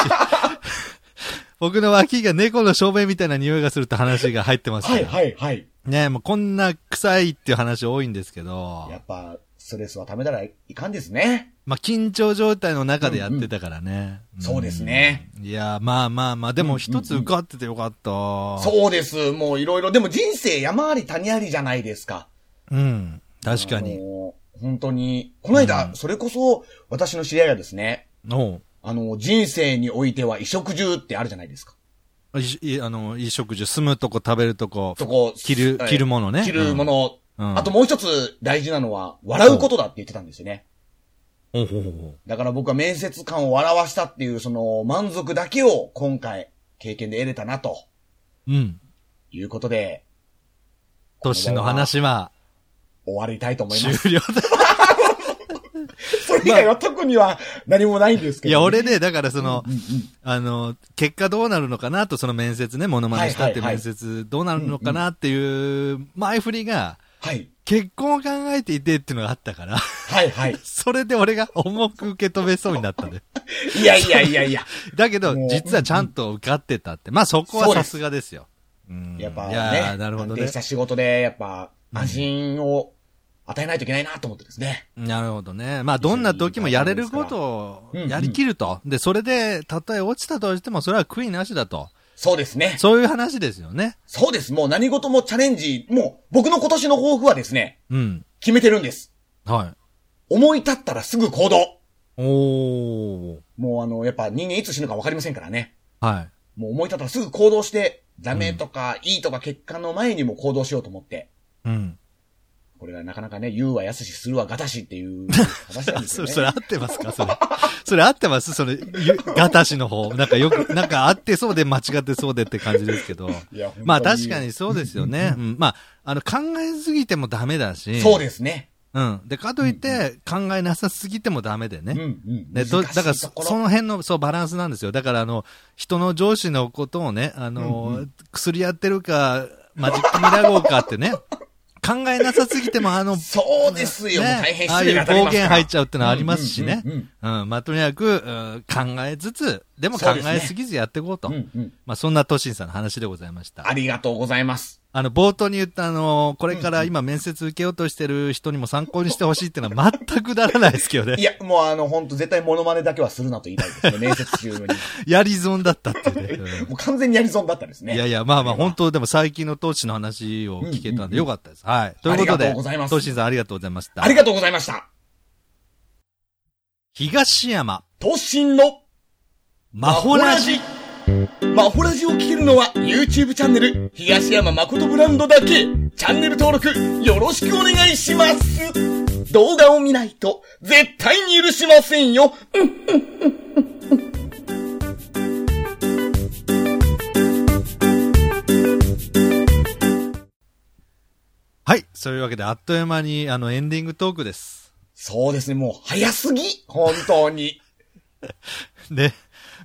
[SPEAKER 1] 僕の脇が猫の小便みたいな匂いがするって話が入ってますか
[SPEAKER 2] は
[SPEAKER 1] ら。
[SPEAKER 2] いはいはい。
[SPEAKER 1] ねもうこんな臭いっていう話多いんですけど
[SPEAKER 2] や、っぱ、ストレスはためたらいかんですね。
[SPEAKER 1] まあ緊張状態の中でやってたからね。
[SPEAKER 2] んそうですね
[SPEAKER 1] うん。いや、まあまあまあ、でも一つ受かっててよかった。そ
[SPEAKER 2] そうです。もういろいろ。でも人生山あり谷ありじゃないですか。
[SPEAKER 1] う。うん。確かに。
[SPEAKER 2] もう本当に。この間、
[SPEAKER 1] うん
[SPEAKER 2] それこそ私の知り合いがですね、
[SPEAKER 1] おう
[SPEAKER 2] あの、人生においては衣食住ってあるじゃないですか。
[SPEAKER 1] いしいあの、いい食事、住むとこ食べるとこ、
[SPEAKER 2] そこ。
[SPEAKER 1] 着る
[SPEAKER 2] えー
[SPEAKER 1] 着るものね
[SPEAKER 2] 着るもの。
[SPEAKER 1] うん
[SPEAKER 2] あともう一つ大事なのは、笑うことだって言ってたんですよね。
[SPEAKER 1] おほほほ
[SPEAKER 2] だから僕は面接官を笑わしたっていう、その、満足だけを今回、経験で得れたな、と
[SPEAKER 1] うん。
[SPEAKER 2] いうことで、
[SPEAKER 1] トッシーの話は
[SPEAKER 2] 終わりたいと思い
[SPEAKER 1] 終
[SPEAKER 2] ます。
[SPEAKER 1] 了だ。
[SPEAKER 2] それ以外は特には何もないんですけ
[SPEAKER 1] い
[SPEAKER 2] ど、
[SPEAKER 1] や、俺ね、だからその
[SPEAKER 2] うんうん、
[SPEAKER 1] あの、結果どうなるのかなと、その面接ね、モノマネしたって
[SPEAKER 2] はいはいはい
[SPEAKER 1] 面接どうなるのかなっていう前振りが、
[SPEAKER 2] はい。
[SPEAKER 1] 結婚を考えていてっていうのがあったから、
[SPEAKER 2] はいはい。
[SPEAKER 1] それで俺が重く受け止めそうになったね。
[SPEAKER 2] いやいやいや いや。
[SPEAKER 1] だけど
[SPEAKER 2] もう、
[SPEAKER 1] 実はちゃんと受かってたって。まあそこはさすがですよ。うん
[SPEAKER 2] やっぱ
[SPEAKER 1] い
[SPEAKER 2] ね、
[SPEAKER 1] やーなるほど
[SPEAKER 2] 安定
[SPEAKER 1] ね
[SPEAKER 2] し。た仕事で、やっぱ、安心を与えないといけないなと思ってですね。
[SPEAKER 1] なるほどね。まあ、どんな時もやれることを
[SPEAKER 2] うんうん
[SPEAKER 1] やりきると。で、それで、たとえ落ちたとしても、それは悔いなしだと。
[SPEAKER 2] そうですね。
[SPEAKER 1] そういう話ですよね。
[SPEAKER 2] そうです。もう何事もチャレンジ、もう僕の今年の抱負はですね、
[SPEAKER 1] うん。
[SPEAKER 2] 決めてるんです。
[SPEAKER 1] はい。
[SPEAKER 2] 思い立ったらすぐ行動。
[SPEAKER 1] おー。
[SPEAKER 2] もうあの、やっぱ人間いつ死ぬかわかりませんからね。
[SPEAKER 1] はい。
[SPEAKER 2] もう思い立ったらすぐ行動して、ダメとかいいとか結果の前にも行動しようと思って。
[SPEAKER 1] うん。
[SPEAKER 2] これがなかなかね、言うは安し、するはがたしっていう話なん
[SPEAKER 1] あ
[SPEAKER 2] です
[SPEAKER 1] そ れ、
[SPEAKER 2] よね。
[SPEAKER 1] それ合ってますかそれ。 それ合ってますそれ、ゆガタシの方。なんかよく、なんか合ってそうで間違ってそうでって感じですけど
[SPEAKER 2] や本当。に
[SPEAKER 1] まあ確かにそうですよね。うん。まあ、あの、考えすぎてもダメだし。
[SPEAKER 2] そうですね。
[SPEAKER 1] うん。で、かといって、考えなさすぎてもダメでね。
[SPEAKER 2] うんうん。
[SPEAKER 1] ね、と
[SPEAKER 2] 難しい
[SPEAKER 1] だから
[SPEAKER 2] と
[SPEAKER 1] そ、
[SPEAKER 2] ころ
[SPEAKER 1] その辺の、そう、バランスなんですよ。だから、あの、人の上司のことをね、あの、薬やってるか、マジックミラゴーかってね、考えなさすぎても、あの、
[SPEAKER 2] そうですよ。もう大変
[SPEAKER 1] ああ
[SPEAKER 2] 失
[SPEAKER 1] い
[SPEAKER 2] 礼が
[SPEAKER 1] う
[SPEAKER 2] 当たり
[SPEAKER 1] 暴
[SPEAKER 2] ますから。
[SPEAKER 1] 言入っちゃうってのはありますしね。
[SPEAKER 2] う
[SPEAKER 1] うんん
[SPEAKER 2] うん
[SPEAKER 1] まあ、とにかく、うん考えつつ、でも考
[SPEAKER 2] そうですね
[SPEAKER 1] えすぎずやっていこうと。
[SPEAKER 2] うんうん
[SPEAKER 1] まあ、そんなトシンさんの話でございました。
[SPEAKER 2] ありがとうございます。
[SPEAKER 1] あの、冒頭に言った、あの、これから今面接受けようとしてる人にも参考にしてほしいってのは全くならないですけど
[SPEAKER 2] い
[SPEAKER 1] ね。
[SPEAKER 2] や、もうあの、本当絶対モノマネだけはするなと言いたいですね。面接中に。
[SPEAKER 1] やり損だったっていうね。うん
[SPEAKER 2] もう完全にやりそうだったですね。
[SPEAKER 1] いやいや、まあまあ、本当でも最近の投資の話を聞けたんでよかったです。はい。ということ
[SPEAKER 2] ありがと
[SPEAKER 1] で
[SPEAKER 2] うございま、す
[SPEAKER 1] 投資さんありがとうございました
[SPEAKER 2] あ。りがとうございました。
[SPEAKER 1] 東山、
[SPEAKER 2] 突進の
[SPEAKER 1] マホラジ。
[SPEAKER 2] マホラジを聞けるのは YouTube チャンネル東山誠ブランドだけチャンネル登録よろしくお願いします動画を見ないと絶対に許しませんよ
[SPEAKER 1] はい。そういうわけで、あっという間に、あの、エンディングトークです。
[SPEAKER 2] そうですね、もう早すぎ本当に。
[SPEAKER 1] で、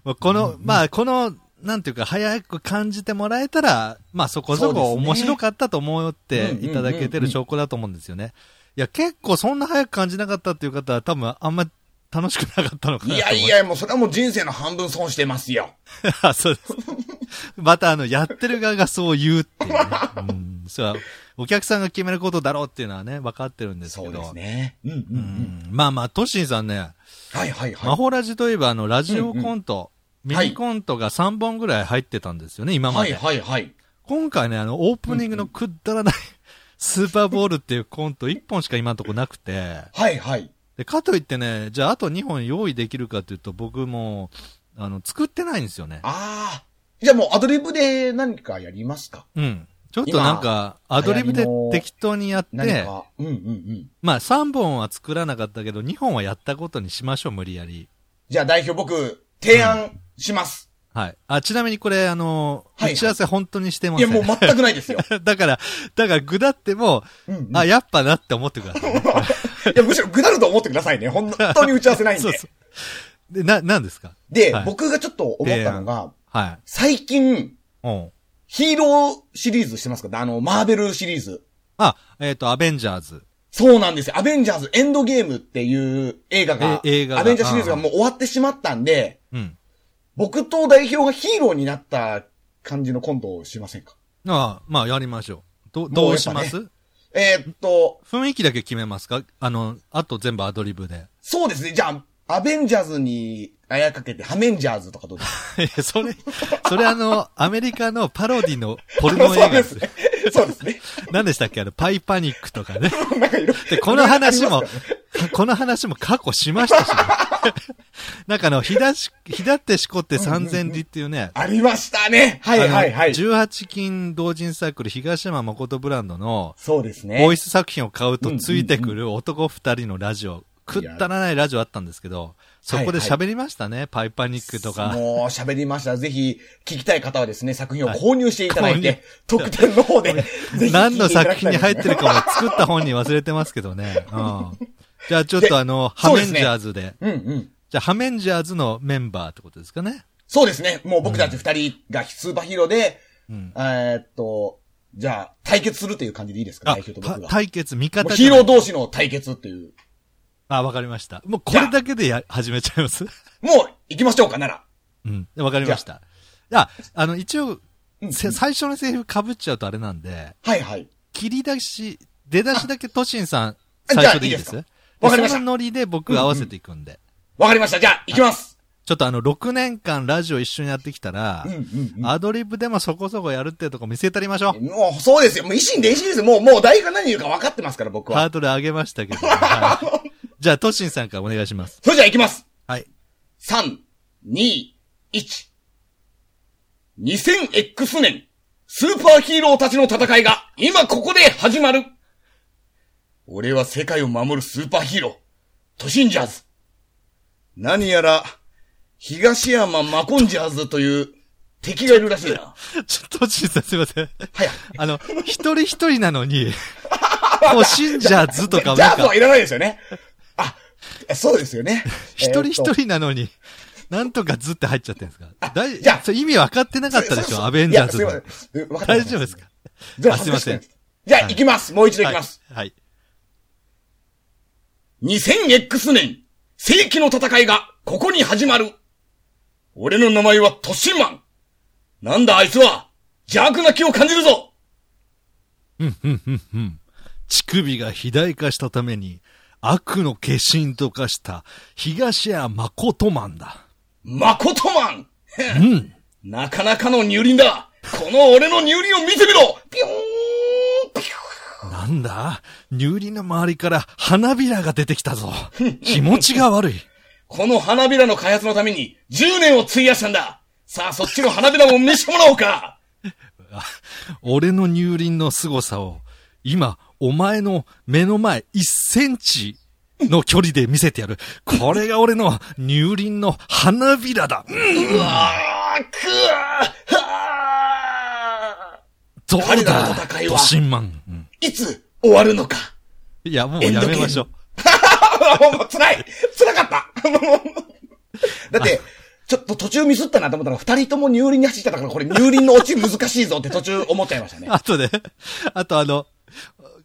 [SPEAKER 1] まあこの、まあ、この、なんていうか、早く感じてもらえたら、まあ、そこそ
[SPEAKER 2] そうです
[SPEAKER 1] こ
[SPEAKER 2] ね
[SPEAKER 1] 面白かったと思って
[SPEAKER 2] うんうんうんうん
[SPEAKER 1] いただけてる証拠だと思うんですよね。いや、結構そんな早く感じなかったっていう方は、多分、あんま楽しくなかったのか
[SPEAKER 2] い
[SPEAKER 1] なと思
[SPEAKER 2] やいや、もうそれはもう人生の半分損してますよ。
[SPEAKER 1] あ、そうです。また、あの、やってる側がそう言うって いうね。うん。それは、お客さんが決めることだろうっていうのはね、分かってるんですけ
[SPEAKER 2] そ
[SPEAKER 1] ど。
[SPEAKER 2] うですね。うんうんう。
[SPEAKER 1] うんん。まあまあ、トシンさんね、
[SPEAKER 2] はいはい
[SPEAKER 1] マ
[SPEAKER 2] は
[SPEAKER 1] ホラジといえば、あの、ラジオコント、
[SPEAKER 2] んうん
[SPEAKER 1] ミニコントが3本ぐらい入ってたんですよね、
[SPEAKER 2] い。
[SPEAKER 1] 今ま
[SPEAKER 2] はい
[SPEAKER 1] で。
[SPEAKER 2] はいはい。
[SPEAKER 1] 今回ね、あの、オープニングのくだらないスーパーボールっていうコント1本しか今のとこなくて、
[SPEAKER 2] はいはい。
[SPEAKER 1] で、かといってね、じゃああと2本用意できるかというと、僕もう、あの、作ってないんですよね。
[SPEAKER 2] あー。じゃあもうアドリブで何かやりますか
[SPEAKER 1] うん。ちょっとなんか、アドリブで適当にやっ
[SPEAKER 2] 何
[SPEAKER 1] て、
[SPEAKER 2] か。うんうんうん。
[SPEAKER 1] まあ3本は作らなかったけど、2本はやったことにしましょう、無理やり。
[SPEAKER 2] じゃあ代表僕、提案します。
[SPEAKER 1] はい。あ、ちなみにこれ、あの、
[SPEAKER 2] はいはい
[SPEAKER 1] 打ち合わせ本当にしてま
[SPEAKER 2] い
[SPEAKER 1] せ
[SPEAKER 2] や
[SPEAKER 1] ん。
[SPEAKER 2] もう全くないですよ。
[SPEAKER 1] だから、だから、ぐだっても、
[SPEAKER 2] うんうん、い
[SPEAKER 1] あ、やっぱなって思ってくださいね。
[SPEAKER 2] や、むしろぐだると思ってくださいね。本当に打ち合わせない んで。
[SPEAKER 1] そうそう。で、な、なんですか
[SPEAKER 2] で、
[SPEAKER 1] はい
[SPEAKER 2] 僕がちょっと思ったのが、
[SPEAKER 1] はい。
[SPEAKER 2] 最近、
[SPEAKER 1] うん。
[SPEAKER 2] ヒーローシリーズしてますかあの、マーベルシリーズ。
[SPEAKER 1] あ、えっ、と、アベンジャーズ。
[SPEAKER 2] そうなんですよ。アベンジャーズエンドゲームっていう映画が、
[SPEAKER 1] え映画が
[SPEAKER 2] アベンジャーシリーズがもう終わってしまったんで、
[SPEAKER 1] うん。
[SPEAKER 2] 僕と代表がヒーローになった感じのコントをしませんか
[SPEAKER 1] あまあ、やりましょう。ど、
[SPEAKER 2] も
[SPEAKER 1] ど
[SPEAKER 2] うや
[SPEAKER 1] う
[SPEAKER 2] っ
[SPEAKER 1] し
[SPEAKER 2] ぱね
[SPEAKER 1] ます、
[SPEAKER 2] えーっと、
[SPEAKER 1] 雰囲気だけ決めますかあの、あと全部アドリブで。
[SPEAKER 2] そうですね。じゃあ、アベンジャーズにあやかけて、ハメンジャーズとかどうですか
[SPEAKER 1] いや、それ、それあの、アメリカのパロディのポルノ映画です
[SPEAKER 2] そう。ですね。そうですね。
[SPEAKER 1] 何でしたっけあの、パイパニックとかね。
[SPEAKER 2] なんかいろい
[SPEAKER 1] で、
[SPEAKER 2] ろ
[SPEAKER 1] この話
[SPEAKER 2] あ
[SPEAKER 1] も
[SPEAKER 2] りますか、
[SPEAKER 1] この話も過去しましたし、ね、 なんかあの、ひだし、ひだってしこって三千里っていうね、
[SPEAKER 2] らありましたね。はいはいはい
[SPEAKER 1] あ。の18金同人サークル東山誠ブランドの、
[SPEAKER 2] そうですね。
[SPEAKER 1] ボイス作品を買うとついてくる男二人のラジオ、くったらないラジオあったんですけど、そこで喋りましたね、パイパニックとか。
[SPEAKER 2] もう喋りました。ぜひ、聞きたい方はですね、作品を購入していただいて、特典の 方で、ぜひ聞いていただきたいで
[SPEAKER 1] 何
[SPEAKER 2] すね、
[SPEAKER 1] の作品に入ってるかも作った本に忘れてますけどね。うん。じゃあちょっとあの、ハ
[SPEAKER 2] そう
[SPEAKER 1] メ
[SPEAKER 2] で
[SPEAKER 1] ンジ
[SPEAKER 2] すね
[SPEAKER 1] ャーズで。
[SPEAKER 2] うんうん。
[SPEAKER 1] じゃあハメンジャーズのメンバーってことですかね。
[SPEAKER 2] そうですね。もう僕たち二人がスーパーヒーローで、
[SPEAKER 1] うん
[SPEAKER 2] えーっと、じゃあ、対決するという感じでいいですか
[SPEAKER 1] あ
[SPEAKER 2] 代表と、
[SPEAKER 1] た
[SPEAKER 2] 僕が。
[SPEAKER 1] 対決、味
[SPEAKER 2] もう
[SPEAKER 1] 方
[SPEAKER 2] ヒーロー
[SPEAKER 1] ー
[SPEAKER 2] 同士の対決っていう。
[SPEAKER 1] あ、わかりました。もうこれだけでや、始めちゃいます。
[SPEAKER 2] もう、行きましょうかなら。
[SPEAKER 1] うん。わかりました。じゃあ、あの、一応、
[SPEAKER 2] うん
[SPEAKER 1] せ最初のセリフ被っちゃうとあれなんで、
[SPEAKER 2] はいはい。
[SPEAKER 1] 切り出し、出だしだけトシンさん、
[SPEAKER 2] あ
[SPEAKER 1] 最初でいいです
[SPEAKER 2] じゃあいいです
[SPEAKER 1] で
[SPEAKER 2] わかりました
[SPEAKER 1] そのノリで僕合わせていくんで。
[SPEAKER 2] わかりました。じゃあ、行きます。
[SPEAKER 1] ちょっとあの、6年間ラジオ一緒にやってきたら
[SPEAKER 2] うん、うんうん。
[SPEAKER 1] アドリブでもそこそこやるってとこ見せたりましょう。
[SPEAKER 2] もう、そうですよ。もう、維新伝心ですよ。もう、もう、代表が何言うか分かってますから、僕
[SPEAKER 1] ハー
[SPEAKER 2] は。
[SPEAKER 1] ドル上げましたけど。はいじゃあ、トシンさんからお願いします。
[SPEAKER 2] それじゃあ、行きます。
[SPEAKER 1] はい。
[SPEAKER 2] 3、2、1。2000X 年、スーパーヒーローたちの戦いが今ここで始まる。俺は世界を守るスーパーヒーロー、トシンジャーズ。何やら、東山マコンジャーズという敵がいるらしいな。
[SPEAKER 1] ちょっと、トシンさんすいません。
[SPEAKER 2] はい。
[SPEAKER 1] あの、一人一人なの に、もう信者図とかも
[SPEAKER 2] ジャ
[SPEAKER 1] なん
[SPEAKER 2] ーズ
[SPEAKER 1] か
[SPEAKER 2] は、いらないですよね。あ、そうですよね。
[SPEAKER 1] 一人
[SPEAKER 2] えー
[SPEAKER 1] 一
[SPEAKER 2] っと。
[SPEAKER 1] 人なのに、 なんとか図って入っちゃってるんですかだい
[SPEAKER 2] じゃあ
[SPEAKER 1] それ意味分かってなかったでしょアベンジャーズ
[SPEAKER 2] いや
[SPEAKER 1] の
[SPEAKER 2] すいませんうわかってま
[SPEAKER 1] 大
[SPEAKER 2] す
[SPEAKER 1] 丈夫ですか
[SPEAKER 2] じゃあ
[SPEAKER 1] あすいません
[SPEAKER 2] 恥ずかしくじゃあ、
[SPEAKER 1] はい
[SPEAKER 2] 行きます。もう一度行きます。
[SPEAKER 1] はい。
[SPEAKER 2] 2000X 年、世紀の戦いがここに始まる。俺の名前はトシマン。なんだあいつは、邪悪な気を感じるぞ。
[SPEAKER 1] 乳首が肥大化したために、悪の化身と化した、東谷誠マンだ。
[SPEAKER 2] マコトマン。
[SPEAKER 1] うん。
[SPEAKER 2] なかなかの乳輪だ。この俺の乳輪を見てみろ。ピョーン、ピ
[SPEAKER 1] なんだ乳輪の周りから花びらが出てきたぞ。気持ちが悪い。
[SPEAKER 2] この花びらの開発のために10年を費やしたんだ。さあ、そっちの花びらも見せてもらおうか。
[SPEAKER 1] 俺の乳輪の凄さを、今、お前の目の前1センチの距離で見せてやる。これが俺の乳輪の花びらだ。うん
[SPEAKER 2] うわー、くわー、は
[SPEAKER 1] どう
[SPEAKER 2] 彼らの
[SPEAKER 1] だ
[SPEAKER 2] 戦いは
[SPEAKER 1] ドシンマン。うん
[SPEAKER 2] ーいつ終わるのか。
[SPEAKER 1] いや、もうやめましょう。
[SPEAKER 2] あ もうもう辛い辛かったもうもう だって、ちょっと途中ミスったなと思ったら、二人とも乳輪に走ってたから、これ乳輪の落ち難しいぞって途中思っちゃいました ね。
[SPEAKER 1] あとね、あとあの、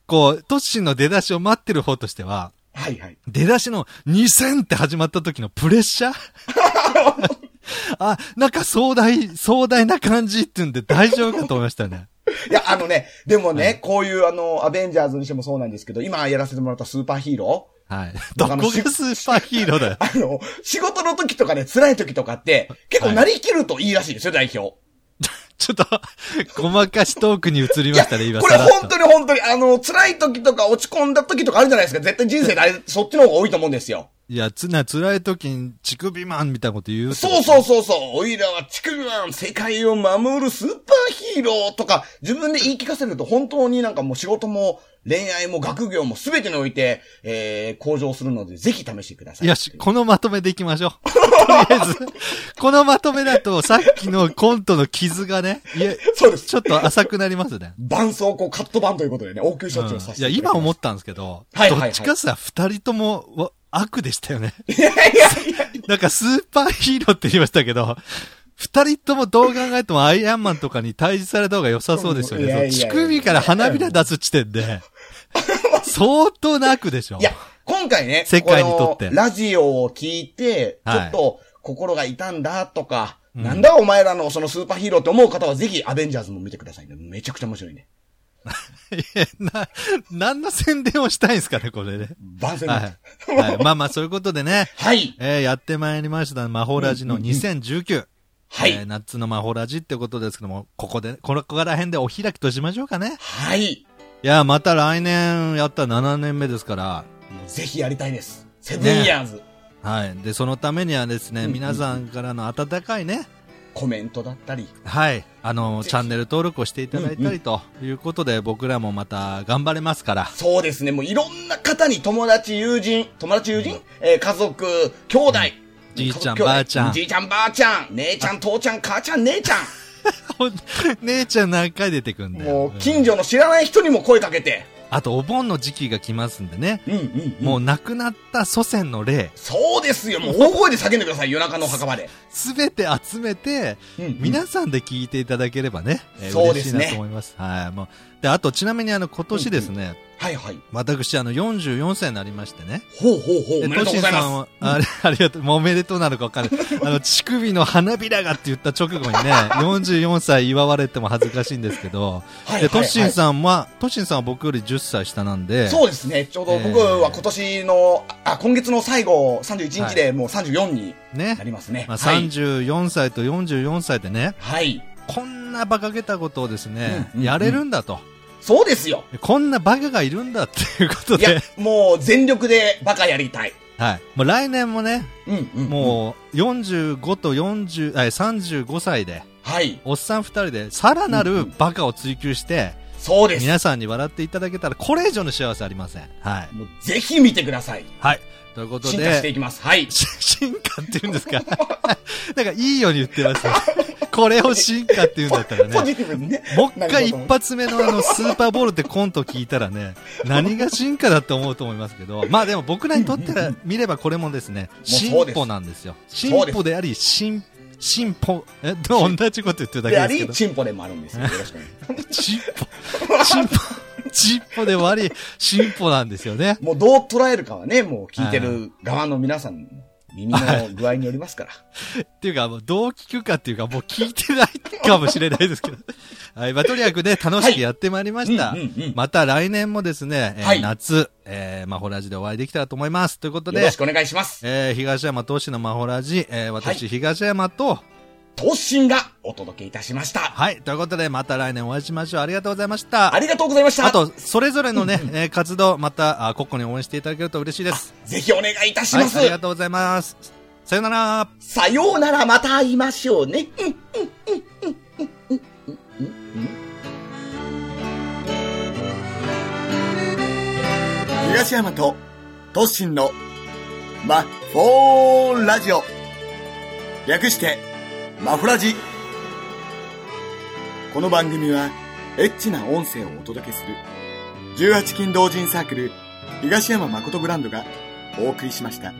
[SPEAKER 1] こう、トッシンの出だしを待ってる方としては、
[SPEAKER 2] はいはい。
[SPEAKER 1] 出だしの2000って始まった時のプレッシ ャーあ、なんか壮大、壮大な感じっていうんで大丈夫かと思いましたね。
[SPEAKER 2] いや、あのね、でもね、こういうあの、アベンジャーズにしてもそうなんですけど、今やらせてもらったスーパーヒーロー、
[SPEAKER 1] はい。どこがスーパーヒーローだよ。
[SPEAKER 2] あの、仕事の時とかね、辛い時とかって、結構
[SPEAKER 1] はい
[SPEAKER 2] なりきるといいらしいですよ、代表。
[SPEAKER 1] ちょっと、ごまかしトークに移り
[SPEAKER 2] い
[SPEAKER 1] ま
[SPEAKER 2] や、
[SPEAKER 1] した
[SPEAKER 2] こ
[SPEAKER 1] ね、
[SPEAKER 2] れ
[SPEAKER 1] 今。さらっ
[SPEAKER 2] 本
[SPEAKER 1] と
[SPEAKER 2] 当に本当に、あの、辛い時とか落ち込んだ時とかあるじゃないですか。絶対人生であれ、そっちの方が多いと思うんですよ。
[SPEAKER 1] いや、つな、辛い時に乳首マンみたいなこと言う。
[SPEAKER 2] そうそうそうそう、おいらはチクマン、世界を守るスーパーヒーローとか、自分で言い聞かせると本当になんかもう仕事も恋愛も学業も全てにおいて、えー、向上するので、ぜひ試してください。
[SPEAKER 1] よし、このまとめでいきましょう。 とりあえず、このまとめだと、さっきのコントの傷がね、いや、
[SPEAKER 2] そうです
[SPEAKER 1] ちょっと浅くなりますね。
[SPEAKER 2] 伴奏こうカット版ということでね、応急処
[SPEAKER 1] うん
[SPEAKER 2] 置をさせ
[SPEAKER 1] い
[SPEAKER 2] て
[SPEAKER 1] や、
[SPEAKER 2] いただ
[SPEAKER 1] 今
[SPEAKER 2] き
[SPEAKER 1] 思
[SPEAKER 2] ま
[SPEAKER 1] っ
[SPEAKER 2] す。
[SPEAKER 1] たんですけど、
[SPEAKER 2] はいはいはい
[SPEAKER 1] どっちかさ、二人ともわ悪でしたよね。
[SPEAKER 2] いやいやいや、
[SPEAKER 1] なんかスーパーヒーローって言いましたけど、二人ともどう考えてもアイアンマンとかに対峙された方が良さそうですよ
[SPEAKER 2] い
[SPEAKER 1] ね。
[SPEAKER 2] やい
[SPEAKER 1] そ
[SPEAKER 2] やい
[SPEAKER 1] の
[SPEAKER 2] や
[SPEAKER 1] 乳首から花びら出す時点 で、相当な悪でしょ。
[SPEAKER 2] いや、今回ね、
[SPEAKER 1] 世界にとって
[SPEAKER 2] このラジオを聞いて、ちょ
[SPEAKER 1] はい
[SPEAKER 2] っと心が痛んだとか、なんだお前らのそのスーパーヒーローって思う方はぜひアベンジャーズも見てくださいね。めちゃくちゃ面白いね。
[SPEAKER 1] な、何の宣伝をしたいんですかね、こ れね。
[SPEAKER 2] 番宣なんで
[SPEAKER 1] は
[SPEAKER 2] す
[SPEAKER 1] い。はい、まあまあ、そういうことでね、
[SPEAKER 2] はい。
[SPEAKER 1] えーやってまいりました、魔法ラジの2019。
[SPEAKER 2] はい
[SPEAKER 1] えー夏の魔法ラジってことですけども、ここで、このここら辺でお開きとしましょうかね。
[SPEAKER 2] はい。
[SPEAKER 1] いや、また来年やったら7年目ですから、
[SPEAKER 2] もうぜひやりたいです。セブンイヤーズ、
[SPEAKER 1] はい。で、そのためにはですね、
[SPEAKER 2] うんうん
[SPEAKER 1] 皆さんからの温かいね、
[SPEAKER 2] コメントだったり。
[SPEAKER 1] はい。あの、
[SPEAKER 2] ぜひ
[SPEAKER 1] チャンネル登録をしていただいたりということで、僕らもまた頑張れますから。
[SPEAKER 2] そうですね、もういろんな方に友達、友人、友達、友人、えー家族、兄弟。
[SPEAKER 1] じいちゃん
[SPEAKER 2] 家族兄弟
[SPEAKER 1] ばあちゃん
[SPEAKER 2] じいちゃん、ばあちゃん。姉ちゃん、父ちゃん、母ちゃん、姉ちゃん。
[SPEAKER 1] ほん姉ちゃん何回出てくんだよ。
[SPEAKER 2] も
[SPEAKER 1] う
[SPEAKER 2] うん近所の知らない人にも声かけて。
[SPEAKER 1] あと、お盆の時期が来ますんでね。
[SPEAKER 2] うんうん、うん。
[SPEAKER 1] もう亡くなった祖先の霊、
[SPEAKER 2] そうですよ、もう大声で叫んでください、夜中のお墓場で。
[SPEAKER 1] すべて集めて、
[SPEAKER 2] うんうん
[SPEAKER 1] 皆さんで聞いていただければね、えー
[SPEAKER 2] そうで
[SPEAKER 1] 嬉しい
[SPEAKER 2] すね
[SPEAKER 1] なと思います。はい。もう、で、あと、ちなみにあの、今年ですね、
[SPEAKER 2] はいはい。
[SPEAKER 1] 私、あの、44歳になりましてね。
[SPEAKER 2] ほうほうほう、お
[SPEAKER 1] で
[SPEAKER 2] めでとうござい
[SPEAKER 1] トシさん
[SPEAKER 2] ま
[SPEAKER 1] は、あれ、 ありがとう、もうおめでとうなのかわかんない。あの、乳首の花びらがって言った直後にね、44歳祝われても恥ずかしいんですけど、
[SPEAKER 2] す。はいは
[SPEAKER 1] で、
[SPEAKER 2] い、はい。
[SPEAKER 1] トッシンさんは、トッシンさんは僕より10歳下なんで、
[SPEAKER 2] そうですね、ちょうど僕は今年の、あ、今月の最後、31日でもう34に
[SPEAKER 1] ね
[SPEAKER 2] な。りますね。
[SPEAKER 1] まあ、
[SPEAKER 2] はい
[SPEAKER 1] 34歳と44歳でね、
[SPEAKER 2] はい。
[SPEAKER 1] こんな馬鹿げたことをですね、
[SPEAKER 2] うんうん
[SPEAKER 1] やれるんだと。
[SPEAKER 2] そうで すよ。
[SPEAKER 1] こんなバカがいるんだっていうこと
[SPEAKER 2] いや
[SPEAKER 1] で、、
[SPEAKER 2] もう全力でバカやりたい。
[SPEAKER 1] はい。もう来年もね、
[SPEAKER 2] うんうん。うん。
[SPEAKER 1] もう45と40、あ35歳で、
[SPEAKER 2] はい。
[SPEAKER 1] おっさん2人で、さらなるバカを追求して、
[SPEAKER 2] そうです。
[SPEAKER 1] 皆さんに笑っていただけたら、これ以上の幸せありません。はい。
[SPEAKER 2] もうぜひ見てください。
[SPEAKER 1] はい。ということ
[SPEAKER 2] 進化してい
[SPEAKER 1] で、
[SPEAKER 2] きま す。はい。
[SPEAKER 1] 進化って言うんですか なんかいいように言ってますね。これを進化って言うんだったらね。
[SPEAKER 2] ポジティブにね。
[SPEAKER 1] もう一回一
[SPEAKER 2] なるほど
[SPEAKER 1] 発目のあのスーパーボールってコント聞いたら ね、何が進化だって思うと思いますけど、まあでも僕らにとってら見ればこれもですね、進
[SPEAKER 2] そうです
[SPEAKER 1] 歩なんですよ。進
[SPEAKER 2] そうです
[SPEAKER 1] 歩であり、進、進歩、え、どう同じこと言ってるだ
[SPEAKER 2] であ
[SPEAKER 1] けで
[SPEAKER 2] り、
[SPEAKER 1] す
[SPEAKER 2] チンポでもあるんですよ。よろしくね。
[SPEAKER 1] けど、進歩、進歩、ちっぽで割り、進歩なんですよね。
[SPEAKER 2] もうどう捉えるかはね、もう聞いてる側の皆さんの耳の具合によります から。
[SPEAKER 1] っていうか、もうどう聞くかっていうか、もう聞いてないかもしれないですけど。 はい、まあ、とにかくね、楽しくやってまいりました。
[SPEAKER 2] はいうんうんうん
[SPEAKER 1] また来年もですね、えー
[SPEAKER 2] はい
[SPEAKER 1] 夏、えー、マホラジでお会いできたらと思います。ということ
[SPEAKER 2] よろ
[SPEAKER 1] で
[SPEAKER 2] し、くお願いします。
[SPEAKER 1] えー、東山投資のマホラジ、えー、私、
[SPEAKER 2] は
[SPEAKER 1] 東山と、はい、
[SPEAKER 2] 東進がお届けいたしました。
[SPEAKER 1] ということで、また来年お会いしましょう。ありがとうございました。
[SPEAKER 2] ありがとうございました。
[SPEAKER 1] あと、それぞれのね、えー活動、また、あ、国庫に応援していただけると嬉しいです。
[SPEAKER 2] ぜひお願いいたし
[SPEAKER 1] はい、
[SPEAKER 2] ます。
[SPEAKER 1] ありがとうございます。さよなら。
[SPEAKER 2] さようならまた会いましょうね。うん
[SPEAKER 3] 東山と都心のマッフォーラジオ略してマフラジこの番組はエッチな音声をお届けする18金同人サークル東山誠ブランドがお送りしました